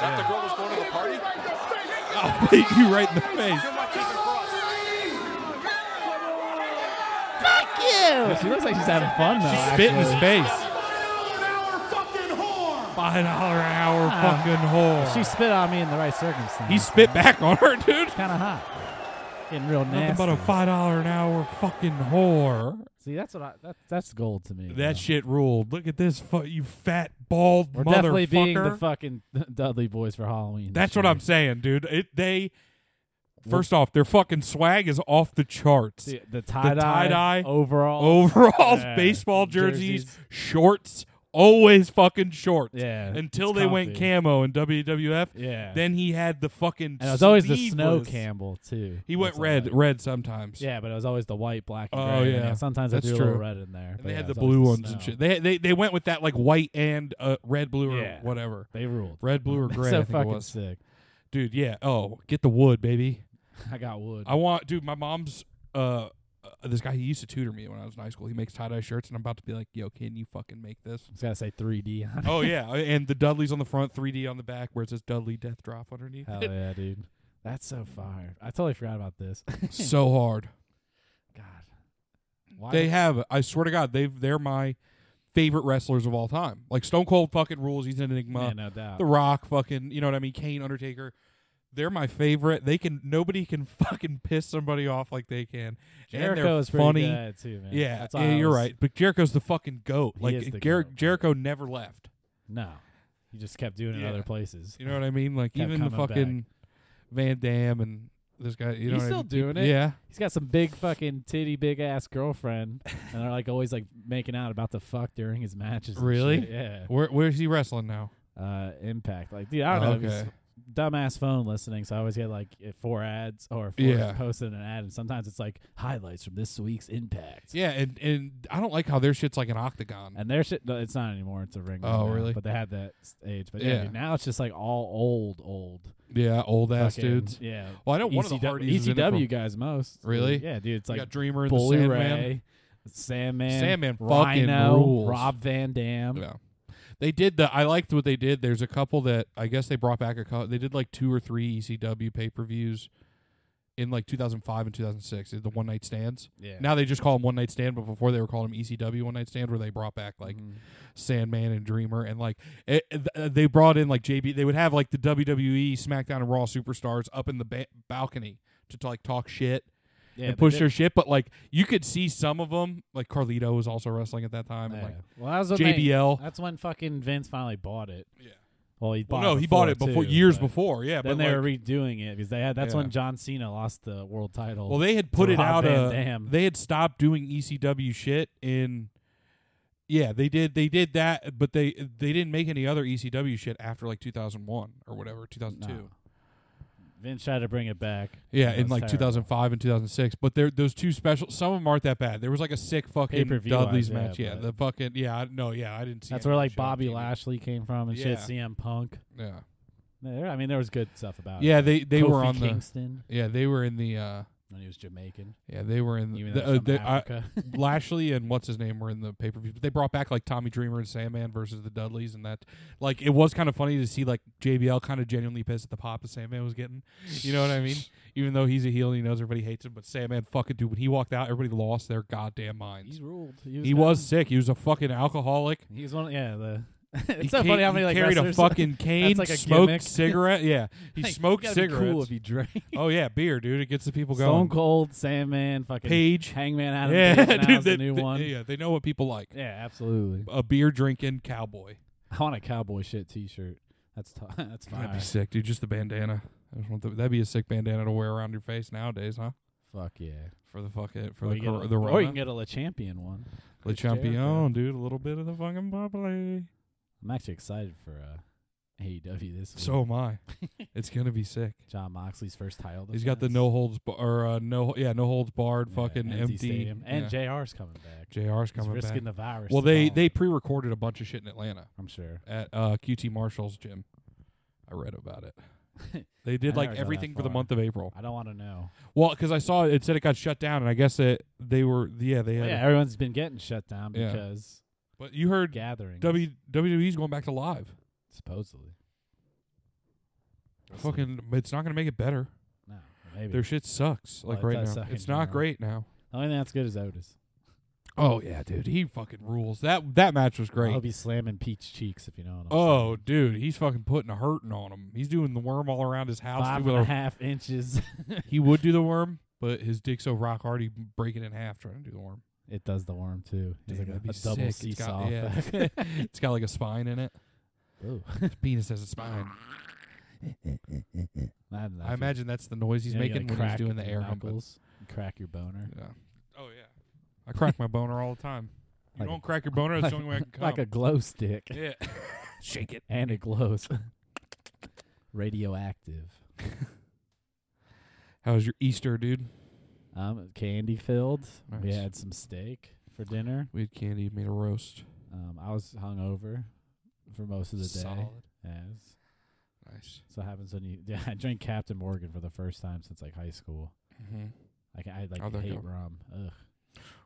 Speaker 8: that the girl who's going to the party?
Speaker 2: I'll beat you right in the face.
Speaker 1: Yeah, she looks like she's having fun though.
Speaker 2: She spit in his
Speaker 1: actually.
Speaker 2: face.
Speaker 7: An hour fucking whore.
Speaker 2: Five dollar an hour
Speaker 1: Ah.
Speaker 2: fucking whore.
Speaker 1: She spit on me in the right circumstance.
Speaker 2: he spit back on her, dude.
Speaker 1: kind of hot, getting real
Speaker 2: Nothing
Speaker 1: nasty.
Speaker 2: but a five dollar an hour fucking whore.
Speaker 1: See, that's what I. That, that's gold to me.
Speaker 2: That
Speaker 1: bro.
Speaker 2: shit ruled. Look at this, fu- you fat bald
Speaker 1: We're
Speaker 2: motherfucker.
Speaker 1: definitely being the fucking (laughs) Dudley boys for Halloween.
Speaker 2: That's
Speaker 1: this
Speaker 2: what
Speaker 1: year.
Speaker 2: I'm saying, dude. It they first off, their fucking swag is off the charts. (laughs)
Speaker 1: The, the tie
Speaker 2: tie-dye
Speaker 1: dye overall.
Speaker 2: Overalls,
Speaker 1: Yeah.
Speaker 2: baseball jerseys,
Speaker 1: Jerseys.
Speaker 2: shorts, always fucking shorts.
Speaker 1: Yeah,
Speaker 2: Until
Speaker 1: it's
Speaker 2: they went
Speaker 1: comfy.
Speaker 2: camo in WWF.
Speaker 1: Yeah.
Speaker 2: Then he had the fucking.
Speaker 1: and it was always the snow
Speaker 2: sleeveless-
Speaker 1: Campbell too.
Speaker 2: He went
Speaker 1: That's all
Speaker 2: red,
Speaker 1: right.
Speaker 2: red sometimes.
Speaker 1: Yeah, but it was always the white, black, and
Speaker 2: Oh,
Speaker 1: gray.
Speaker 2: yeah.
Speaker 1: sometimes
Speaker 2: That's
Speaker 1: I do a
Speaker 2: true.
Speaker 1: little red in there.
Speaker 2: And
Speaker 1: but
Speaker 2: they
Speaker 1: yeah,
Speaker 2: had
Speaker 1: it
Speaker 2: the
Speaker 1: was always
Speaker 2: blue ones
Speaker 1: snow.
Speaker 2: and shit. They they they went with that like white and uh, red, blue, or
Speaker 1: Yeah.
Speaker 2: whatever.
Speaker 1: They ruled.
Speaker 2: Red,
Speaker 1: (laughs)
Speaker 2: blue, or gray. I
Speaker 1: so
Speaker 2: think it
Speaker 1: fucking
Speaker 2: was.
Speaker 1: sick.
Speaker 2: Dude, yeah. Oh, get the wood, baby.
Speaker 1: I got wood.
Speaker 2: I want, dude. My mom's uh, uh, this guy. He used to tutor me when I was in high school. He makes tie dye shirts, and I'm about to be like, "Yo, can you fucking make this?"
Speaker 1: It's gotta say (laughs) 3D
Speaker 2: (laughs)
Speaker 1: on it.
Speaker 2: oh yeah, and the Dudley's on the front, 3D on the back, where it says Dudley Death Drop underneath.
Speaker 1: Hell
Speaker 2: it.
Speaker 1: yeah, dude. That's so fire. I totally forgot about this.
Speaker 2: (laughs)
Speaker 1: (laughs)
Speaker 2: so hard.
Speaker 1: God. Why
Speaker 2: They
Speaker 1: the-
Speaker 2: have. I swear to God, they've. They're my favorite wrestlers of all time. Like Stone Cold fucking rules. He's an
Speaker 1: (laughs)
Speaker 2: enigma.
Speaker 1: yeah, no doubt.
Speaker 2: uh, The Rock, fucking, you know what I mean? Kane, Undertaker. They're my favorite. They can nobody can (laughs) fucking piss somebody off like they can. and
Speaker 1: Jericho
Speaker 2: they're
Speaker 1: is pretty
Speaker 2: funny.
Speaker 1: good at it, too, man.
Speaker 2: Yeah,
Speaker 1: That's why
Speaker 2: yeah,
Speaker 1: I
Speaker 2: you're
Speaker 1: was-
Speaker 2: right. But Jericho's the fucking goat.
Speaker 1: He is
Speaker 2: Like
Speaker 1: the
Speaker 2: Jer-
Speaker 1: goat.
Speaker 2: Jericho never left.
Speaker 1: No, he just kept doing it
Speaker 2: Yeah.
Speaker 1: other places. (laughs)
Speaker 2: You know what I mean? Like
Speaker 1: Kept
Speaker 2: even the
Speaker 1: coming back.
Speaker 2: fucking Van Dam and this guy. You know
Speaker 1: He's
Speaker 2: what I
Speaker 1: still
Speaker 2: mean?
Speaker 1: doing it.
Speaker 2: Yeah,
Speaker 1: He's got some big fucking titty, big ass girlfriend, and they're like always like making out about the fuck during his matches. and
Speaker 2: Really?
Speaker 1: shit. Yeah.
Speaker 2: where where's he wrestling now?
Speaker 1: Uh, impact. Like, dude, I don't know. it was
Speaker 2: Okay.
Speaker 1: Dumbass phone listening, so I always get like eh, four ads or four
Speaker 2: Yeah.
Speaker 1: posted an ad, and sometimes it's like highlights from this week's Impact.
Speaker 2: Yeah, and and I don't like how their shit's like an octagon.
Speaker 1: And their shit, no, it's not anymore. It's a ring.
Speaker 2: Oh,
Speaker 1: now,
Speaker 2: really?
Speaker 1: But they had that s- age. But yeah,
Speaker 2: Yeah.
Speaker 1: dude, now it's just like all old, old.
Speaker 2: yeah, old ass
Speaker 1: fucking-
Speaker 2: dudes.
Speaker 1: Yeah. E
Speaker 2: Well, I know one of the
Speaker 1: ECW
Speaker 2: Hardys is in it
Speaker 1: ECW
Speaker 2: from-
Speaker 1: guys most.
Speaker 2: Really?
Speaker 1: Yeah, dude. It's
Speaker 2: You
Speaker 1: like
Speaker 2: got Dreamer and the
Speaker 1: Bully
Speaker 2: Sandman.
Speaker 1: Ray, Sandman,
Speaker 2: Sandman fucking
Speaker 1: Rhino,
Speaker 2: rules.
Speaker 1: Rob Van Dam.
Speaker 2: Yeah. They did the. I liked what they did. There's a couple that I guess they brought back a couple. They did like two or three E ECW pay per views in like 2005 and 2006. They did the one night stands.
Speaker 1: Yeah.
Speaker 2: Now they just call them one night stand, but before they were calling them ECW one night stand, where they brought back like
Speaker 1: Mm-hmm.
Speaker 2: Sandman and Dreamer and like it, it- th- uh, they brought in like JB. They would have like the WWE SmackDown and Raw superstars up in the ba- balcony to, like talk shit
Speaker 1: Yeah, they
Speaker 2: and push
Speaker 1: did-
Speaker 2: their shit. But like you could see some of them, like Carlito was also wrestling at that time. and,
Speaker 1: Yeah.
Speaker 2: like
Speaker 1: well, that was when
Speaker 2: JBL.
Speaker 1: They, that's when fucking Vince finally bought it.
Speaker 2: Yeah.
Speaker 1: Well, he bought
Speaker 2: well, no,
Speaker 1: it
Speaker 2: he bought it
Speaker 1: before,
Speaker 2: before
Speaker 1: too,
Speaker 2: years
Speaker 1: but
Speaker 2: before. Yeah,
Speaker 1: Then
Speaker 2: but
Speaker 1: they
Speaker 2: like,
Speaker 1: were redoing it because they had. That's
Speaker 2: Yeah.
Speaker 1: when John Cena lost the world title.
Speaker 2: well, they had put
Speaker 1: to
Speaker 2: it
Speaker 1: Rob
Speaker 2: out.
Speaker 1: Van
Speaker 2: uh,
Speaker 1: Dam.
Speaker 2: They had stopped doing ECW shit in Yeah, they did. They did that, but they they didn't make any other ECW shit after like 2001 or whatever, 2002.
Speaker 1: No. Vince tried to bring it back.
Speaker 2: Yeah,
Speaker 1: It
Speaker 2: in
Speaker 1: was
Speaker 2: like
Speaker 1: terrible.
Speaker 2: 2005 and 2006. But there, those two specials, some of them aren't that bad. There was like a sick fucking
Speaker 1: Pay-per-view wise,
Speaker 2: Dudley's
Speaker 1: yeah,
Speaker 2: match. Yeah,
Speaker 1: but-
Speaker 2: the fucking yeah. I, no, yeah, I didn't see.
Speaker 1: That's
Speaker 2: any
Speaker 1: where like
Speaker 2: of that shit on
Speaker 1: Bobby
Speaker 2: TV.
Speaker 1: Lashley came from and
Speaker 2: Yeah.
Speaker 1: shit. CM Punk.
Speaker 2: Yeah,
Speaker 1: There, I mean, there was good stuff about.
Speaker 2: yeah.
Speaker 1: it.
Speaker 2: They they
Speaker 1: Kofi
Speaker 2: were on the
Speaker 1: Kingston
Speaker 2: yeah. They were in the uh
Speaker 1: when he was Jamaican,
Speaker 2: yeah. They were in
Speaker 1: even
Speaker 2: the,
Speaker 1: though he's
Speaker 2: uh,
Speaker 1: from
Speaker 2: they- I-
Speaker 1: Africa. (laughs)
Speaker 2: Lashley and what's his name were in the pay per view, but they brought back like Tommy Dreamer and Sandman versus the Dudleys, and that like it was kind of funny to see like JBL kind of genuinely pissed at the pop that Sandman was getting. You know
Speaker 1: (laughs)
Speaker 2: what I mean? Even though he's a heel and he knows everybody hates him, but Sandman fucking dude, when he walked out, everybody lost their goddamn minds.
Speaker 1: He's ruled. He was.
Speaker 2: He
Speaker 1: good.
Speaker 2: was sick. He was a fucking alcoholic.
Speaker 1: He was one. Of, yeah. The. (laughs) it's
Speaker 2: he
Speaker 1: so
Speaker 2: ca-
Speaker 1: funny how
Speaker 2: he
Speaker 1: many like
Speaker 2: carried a
Speaker 1: wrestlers- (laughs)
Speaker 2: fucking cane,
Speaker 1: like a
Speaker 2: smoked
Speaker 1: gimmick. (laughs)
Speaker 2: cigarette. Yeah, he
Speaker 1: like,
Speaker 2: smoked
Speaker 1: you gotta be
Speaker 2: cigarettes.
Speaker 1: Cool if you
Speaker 2: (laughs)
Speaker 1: drank.
Speaker 2: oh yeah, beer, dude. It gets the people going.
Speaker 1: Stone Cold, Sandman, fucking
Speaker 2: Page.
Speaker 1: Hangman Adam
Speaker 2: (laughs) Yeah,
Speaker 1: Page.
Speaker 2: dude,
Speaker 1: Now is
Speaker 2: they-
Speaker 1: the new
Speaker 2: they-
Speaker 1: one.
Speaker 2: Yeah, they know what people like.
Speaker 1: Yeah, absolutely.
Speaker 2: a beer drinking cowboy.
Speaker 1: I want a cowboy shit T-shirt. That's t- (laughs) that's
Speaker 2: That'd
Speaker 1: fine.
Speaker 2: be sick, dude. Just the bandana. I just want the, that'd be a sick bandana to wear around your face nowadays, huh?
Speaker 1: Fuck yeah.
Speaker 2: For the fuck it, for
Speaker 1: or,
Speaker 2: the
Speaker 1: you get
Speaker 2: cor-
Speaker 1: a,
Speaker 2: the
Speaker 1: or you can
Speaker 2: Rona.
Speaker 1: get a Le Champion one.
Speaker 2: Le
Speaker 1: Chris Jericho.
Speaker 2: Champion, dude. A little bit of the fucking bubbly.
Speaker 1: I'm actually excited for uh, AEW this week.
Speaker 2: So
Speaker 1: (laughs)
Speaker 2: am I. it's gonna be sick.
Speaker 1: John Moxley's first title.
Speaker 2: He's got the
Speaker 1: defense.
Speaker 2: no holds bar, or uh, no, yeah, no holds barred,
Speaker 1: Yeah,
Speaker 2: fucking empty.
Speaker 1: stadium. and
Speaker 2: yeah.
Speaker 1: JR's coming back. He's
Speaker 2: JR's coming
Speaker 1: risking
Speaker 2: back.
Speaker 1: the virus.
Speaker 2: well,
Speaker 1: to
Speaker 2: they
Speaker 1: call.
Speaker 2: they pre-recorded a bunch of shit in Atlanta
Speaker 1: I'm sure.
Speaker 2: at uh, QT Marshall's gym. I read
Speaker 1: (laughs)
Speaker 2: about it. they did
Speaker 1: I never
Speaker 2: like
Speaker 1: go that
Speaker 2: everything for the
Speaker 1: far.
Speaker 2: month of April.
Speaker 1: I don't want to know.
Speaker 2: Well, because I saw it, it said it got shut down, and I guess it they were yeah they
Speaker 1: Yeah,
Speaker 2: had.
Speaker 1: everyone's been getting shut down
Speaker 2: Yeah.
Speaker 1: because
Speaker 2: But you heard
Speaker 1: gathering
Speaker 2: W WWE's going back to live.
Speaker 1: supposedly. We'll see.
Speaker 2: Fucking, it's not gonna make it better.
Speaker 1: no, maybe.
Speaker 2: Their shit sucks.
Speaker 1: Well,
Speaker 2: Like
Speaker 1: it
Speaker 2: right now,
Speaker 1: does suck
Speaker 2: it's
Speaker 1: in
Speaker 2: not
Speaker 1: general.
Speaker 2: great now.
Speaker 1: the only thing that's good is Otis.
Speaker 2: Oh yeah, dude, he fucking rules. That that match was
Speaker 1: I'll
Speaker 2: great.
Speaker 1: be slamming peach cheeks if you know what I'm
Speaker 2: Oh dude, he's fucking putting a hurting on him. He's doing the worm all around his
Speaker 1: saying.
Speaker 2: house.
Speaker 1: Five
Speaker 2: dude,
Speaker 1: and
Speaker 2: with
Speaker 1: a
Speaker 2: a-
Speaker 1: half inches.
Speaker 2: (laughs) He would do the worm, but his dick's so rock hard, he break it in half trying to do the worm.
Speaker 1: (laughs) it does the worm too. It's
Speaker 2: Dude,
Speaker 1: like
Speaker 2: that'd
Speaker 1: a,
Speaker 2: be
Speaker 1: a double
Speaker 2: sick. It's
Speaker 1: seesaw.
Speaker 2: got- yeah.
Speaker 1: effect. (laughs)
Speaker 2: (laughs) It's got like a spine in it.
Speaker 1: Ooh.
Speaker 2: His penis has a spine.
Speaker 1: Not enough.
Speaker 2: I imagine that's the noise he's
Speaker 1: You know, you
Speaker 2: making
Speaker 1: gotta
Speaker 2: when he's
Speaker 1: crack
Speaker 2: doing the
Speaker 1: your
Speaker 2: air humping.
Speaker 1: knuckles, crack your boner.
Speaker 2: Yeah. Oh yeah. I crack my boner all the time. You
Speaker 1: Like a-
Speaker 2: don't crack your boner. That's the only way I (laughs) can come.
Speaker 1: like a glow stick.
Speaker 2: yeah. (laughs) Shake it.
Speaker 1: And it glows. (laughs) Radioactive.
Speaker 2: How was your Easter, dude?
Speaker 1: Um, candy filled. We
Speaker 2: Nice.
Speaker 1: had some steak for dinner.
Speaker 2: We had candy, made a roast.
Speaker 1: Um, I was hungover for most of the day.
Speaker 2: Solid.
Speaker 1: Yes.
Speaker 2: Nice.
Speaker 1: So it happens when you. (laughs) Yeah, I drank Captain Morgan for the first time since like high school.
Speaker 2: Mm-hmm.
Speaker 1: Like I like
Speaker 2: Oh, there you
Speaker 1: hate
Speaker 2: go.
Speaker 1: rum. Ugh.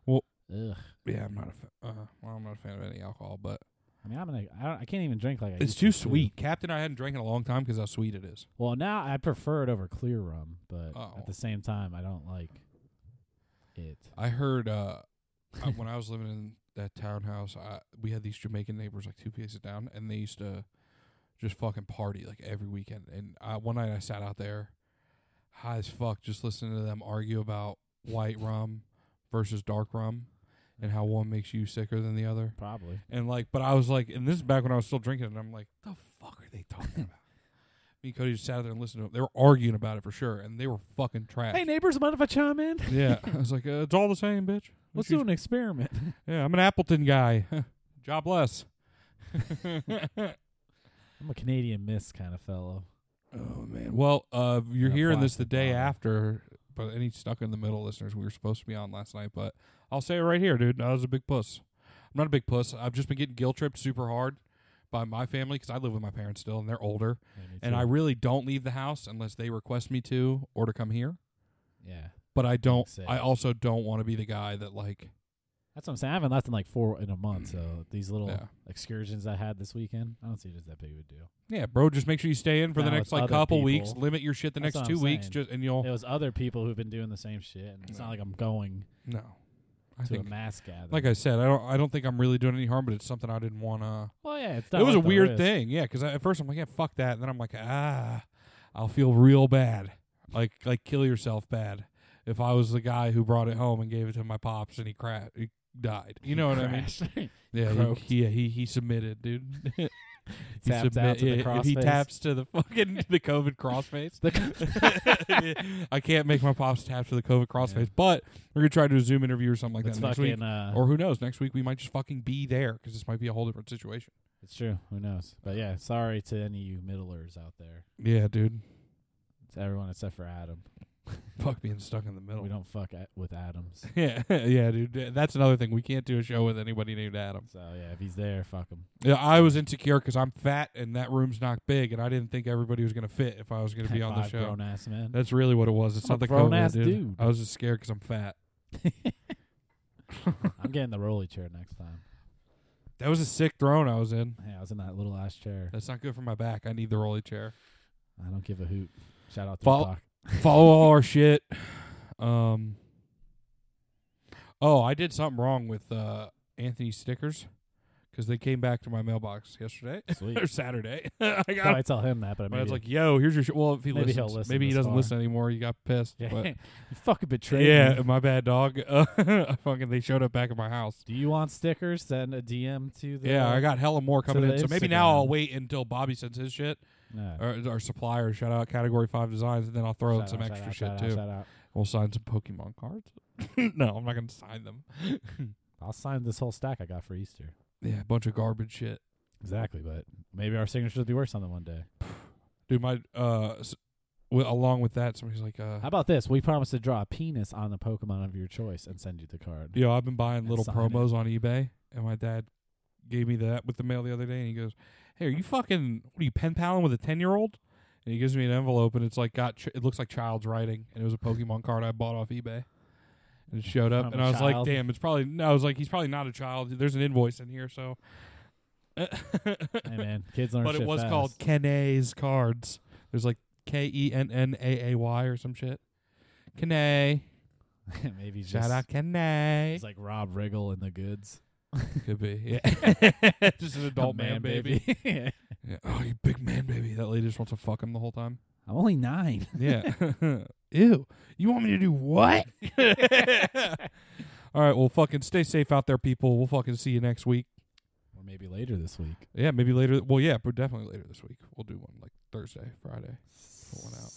Speaker 2: Well-
Speaker 1: Ugh.
Speaker 2: Yeah, I'm not a fa- uh, well, I'm not a fan of any alcohol, but
Speaker 1: I mean, I'm gonna. I, don't, I can't even drink like I.
Speaker 2: it's
Speaker 1: used to,
Speaker 2: too
Speaker 1: too.
Speaker 2: sweet. Captain, I hadn't drank in a long time because how sweet it is.
Speaker 1: Well, now I prefer it over clear rum, but
Speaker 2: Oh.
Speaker 1: at the same time, I don't like it.
Speaker 2: I heard uh, uh, when I was living in that townhouse, I, we had these Jamaican neighbors like two places down, and they used to just fucking party like every weekend. And I, one night I sat out there, high as fuck, just listening to them argue about white rum versus dark rum, and how one makes you sicker than the other.
Speaker 1: Probably.
Speaker 2: And like, but I was like, and this is back when I was still drinking, and I'm like, the fuck are they talking about? Me and Cody just sat out there and listened to them. They were arguing about it for sure, and they were fucking trash.
Speaker 1: Hey neighbors, mind if I chime in?
Speaker 2: yeah, I was like, uh, it's all the same, bitch.
Speaker 1: Let's
Speaker 2: Excuse
Speaker 1: do an experiment. (laughs)
Speaker 2: yeah, I'm an Appleton guy. (laughs) Jobless.
Speaker 1: I'm a Canadian Miss kind of fellow.
Speaker 2: oh man. Well, uh, you're
Speaker 1: And a
Speaker 2: hearing this the
Speaker 1: plastic
Speaker 2: day
Speaker 1: bottle.
Speaker 2: after, but any stuck in the middle listeners, we were supposed to be on last night, but I'll say it right here, dude. I was a big puss. I'm not a big puss. I've just been getting guilt tripped super hard by my family because I live with my parents still, and they're older,
Speaker 1: Yeah, me
Speaker 2: and I
Speaker 1: too.
Speaker 2: really don't leave the house unless they request me to or to come here.
Speaker 1: yeah,
Speaker 2: But I don't.
Speaker 1: Makes sense.
Speaker 2: I also don't want to be the guy that like.
Speaker 1: that's what I'm saying. I haven't left in like four in a month, so these little
Speaker 2: Mm-hmm. Yeah.
Speaker 1: excursions I had this weekend, I don't see it as that big of a deal.
Speaker 2: Yeah, bro. Just make sure you stay in for the
Speaker 1: No,
Speaker 2: next
Speaker 1: it's
Speaker 2: like
Speaker 1: other
Speaker 2: couple weeks.
Speaker 1: people.
Speaker 2: Limit your shit the
Speaker 1: That's
Speaker 2: next
Speaker 1: what
Speaker 2: two
Speaker 1: I'm
Speaker 2: weeks,
Speaker 1: saying.
Speaker 2: just and you'll
Speaker 1: It was other people who've been doing the same shit, and it's not like I'm going
Speaker 2: no. I
Speaker 1: to a
Speaker 2: think,
Speaker 1: mass gathering.
Speaker 2: like I said, I don't. I don't think I'm really doing any harm, but it's something I didn't want to.
Speaker 1: well, yeah, it's not
Speaker 2: It was a
Speaker 1: worth the
Speaker 2: weird
Speaker 1: risk. (laughs)
Speaker 2: thing, yeah. Because at first I'm like, yeah, fuck that, and then I'm like, ah, I'll feel real bad, like like kill yourself bad. If I was the guy who brought it home and gave it to my pops and he crashed, (laughs) he died. You know what I mean?
Speaker 1: Crashed.
Speaker 2: Yeah,
Speaker 1: croaked. (laughs)
Speaker 2: he, yeah, he he submitted, dude. You
Speaker 1: Taps out to the
Speaker 2: yeah, if he
Speaker 1: crossface.
Speaker 2: taps to the fucking (laughs) to the COVID crossface. (laughs) I can't make my pops tap to the COVID crossface, but we're gonna try to do a Zoom interview or something like
Speaker 1: Let's
Speaker 2: that next
Speaker 1: fucking,
Speaker 2: week.
Speaker 1: uh,
Speaker 2: or who knows? Next week we might just fucking be there because this might be a whole different situation.
Speaker 1: It's true. Who knows? But yeah, sorry to any of you middlers out there.
Speaker 2: Yeah, dude.
Speaker 1: To everyone except for Adam.
Speaker 2: Fuck being stuck in the middle.
Speaker 1: We don't fuck at, with Adams.
Speaker 2: (laughs) Yeah, (laughs) yeah, dude. That's another thing. We can't do a show with anybody named Adam.
Speaker 1: So yeah, if he's there, fuck him.
Speaker 2: Yeah, I was insecure because I'm fat and that room's not big, and I didn't think everybody was gonna fit if I was gonna be on the
Speaker 1: Five
Speaker 2: show.
Speaker 1: grown ass
Speaker 2: (laughs)
Speaker 1: men.
Speaker 2: That's really what it was. It's
Speaker 1: I'm a
Speaker 2: not the
Speaker 1: grown
Speaker 2: COVID,
Speaker 1: ass
Speaker 2: dude.
Speaker 1: dude.
Speaker 2: I was just scared because I'm fat.
Speaker 1: I'm getting the rolly chair next time.
Speaker 2: That was a sick throne I was in.
Speaker 1: Yeah, I was in that little ass chair.
Speaker 2: That's not good for my back. I need the rolly chair.
Speaker 1: I don't give a hoot. Shout out to
Speaker 2: Fol- (laughs)
Speaker 1: Tupac.
Speaker 2: Follow all our shit. Um. Oh, I did something wrong with uh, Anthony stickers because they came back to my mailbox yesterday (laughs)
Speaker 1: Sweet.
Speaker 2: or Saturday. (laughs) I got
Speaker 1: Well, I tell him that, but I
Speaker 2: But
Speaker 1: mean,
Speaker 2: it's like, yo, here's your. Sh-. Well, if he
Speaker 1: Maybe
Speaker 2: listens,
Speaker 1: he'll listen
Speaker 2: maybe he
Speaker 1: this
Speaker 2: doesn't
Speaker 1: far.
Speaker 2: listen anymore. You got pissed.
Speaker 1: yeah,
Speaker 2: But
Speaker 1: (laughs) you fucking betrayed
Speaker 2: (laughs) yeah,
Speaker 1: me.
Speaker 2: my bad dog. (laughs) Uh, I fucking, they showed up back at my house.
Speaker 1: Do you want stickers? Send a DM to the.
Speaker 2: Yeah, I got hella more coming
Speaker 1: the
Speaker 2: in. So maybe now
Speaker 1: Instagram.
Speaker 2: I'll wait until Bobby sends his shit,
Speaker 1: No.
Speaker 2: or our supplier. Shout out Category Five Designs, and then I'll throw
Speaker 1: Shout
Speaker 2: in some
Speaker 1: out, shout
Speaker 2: extra
Speaker 1: out,
Speaker 2: shit
Speaker 1: shout out,
Speaker 2: too.
Speaker 1: shout out.
Speaker 2: We'll sign some Pokemon cards. (laughs) no, I'm not gonna sign them.
Speaker 1: I'll sign this whole stack I got for Easter.
Speaker 2: Yeah, a bunch of garbage shit.
Speaker 1: Exactly, but maybe our signatures will be worth something one day.
Speaker 2: Dude, my uh, s- w- along with that, somebody's like, uh,
Speaker 1: How about this? We promise to draw a penis on the Pokemon of your choice and send you the card.
Speaker 2: Yo, I've been buying little
Speaker 1: sign it.
Speaker 2: promos on eBay, and my dad gave me that with the mail the other day, and he goes, "Hey, are you fucking? What are you pen paling with a ten year old?" And he gives me an envelope, and it's like got ch- it looks like child's writing, and it was a Pokemon card I bought off eBay, and it showed up,
Speaker 1: From
Speaker 2: and
Speaker 1: a
Speaker 2: I was like,
Speaker 1: child?
Speaker 2: "Damn, it's probably." No, I was like, "He's probably not a child. There's an invoice in here, so."
Speaker 1: Hey man, kids learn
Speaker 2: but
Speaker 1: shit
Speaker 2: it was
Speaker 1: fast.
Speaker 2: called Kenay's cards. There's like K E N N A A Y or some shit. Kenay,
Speaker 1: (laughs) maybe just
Speaker 2: shout out Kenay.
Speaker 1: It's like Rob Riggle in the goods.
Speaker 2: Could be. Yeah. (laughs) just (laughs) an
Speaker 1: A
Speaker 2: adult man, baby. (laughs)
Speaker 1: Yeah.
Speaker 2: Yeah. Oh, you big man baby. That lady just wants to fuck him the whole time.
Speaker 1: (laughs) I'm only nine.
Speaker 2: (laughs)
Speaker 1: (laughs)
Speaker 2: Yeah. (laughs) Ew. You want me to do what? (laughs) All right. Well, fucking stay safe out there, people. We'll fucking see you next week.
Speaker 1: or maybe later this week.
Speaker 2: Yeah, maybe later. Well, yeah, but definitely later this week. We'll do one like Thursday, Friday. Put one out.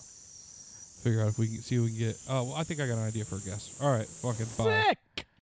Speaker 2: Figure out if we can see who we can get. Oh, well, I think I got an idea for a guest. All right. Fucking bye.
Speaker 1: Sick.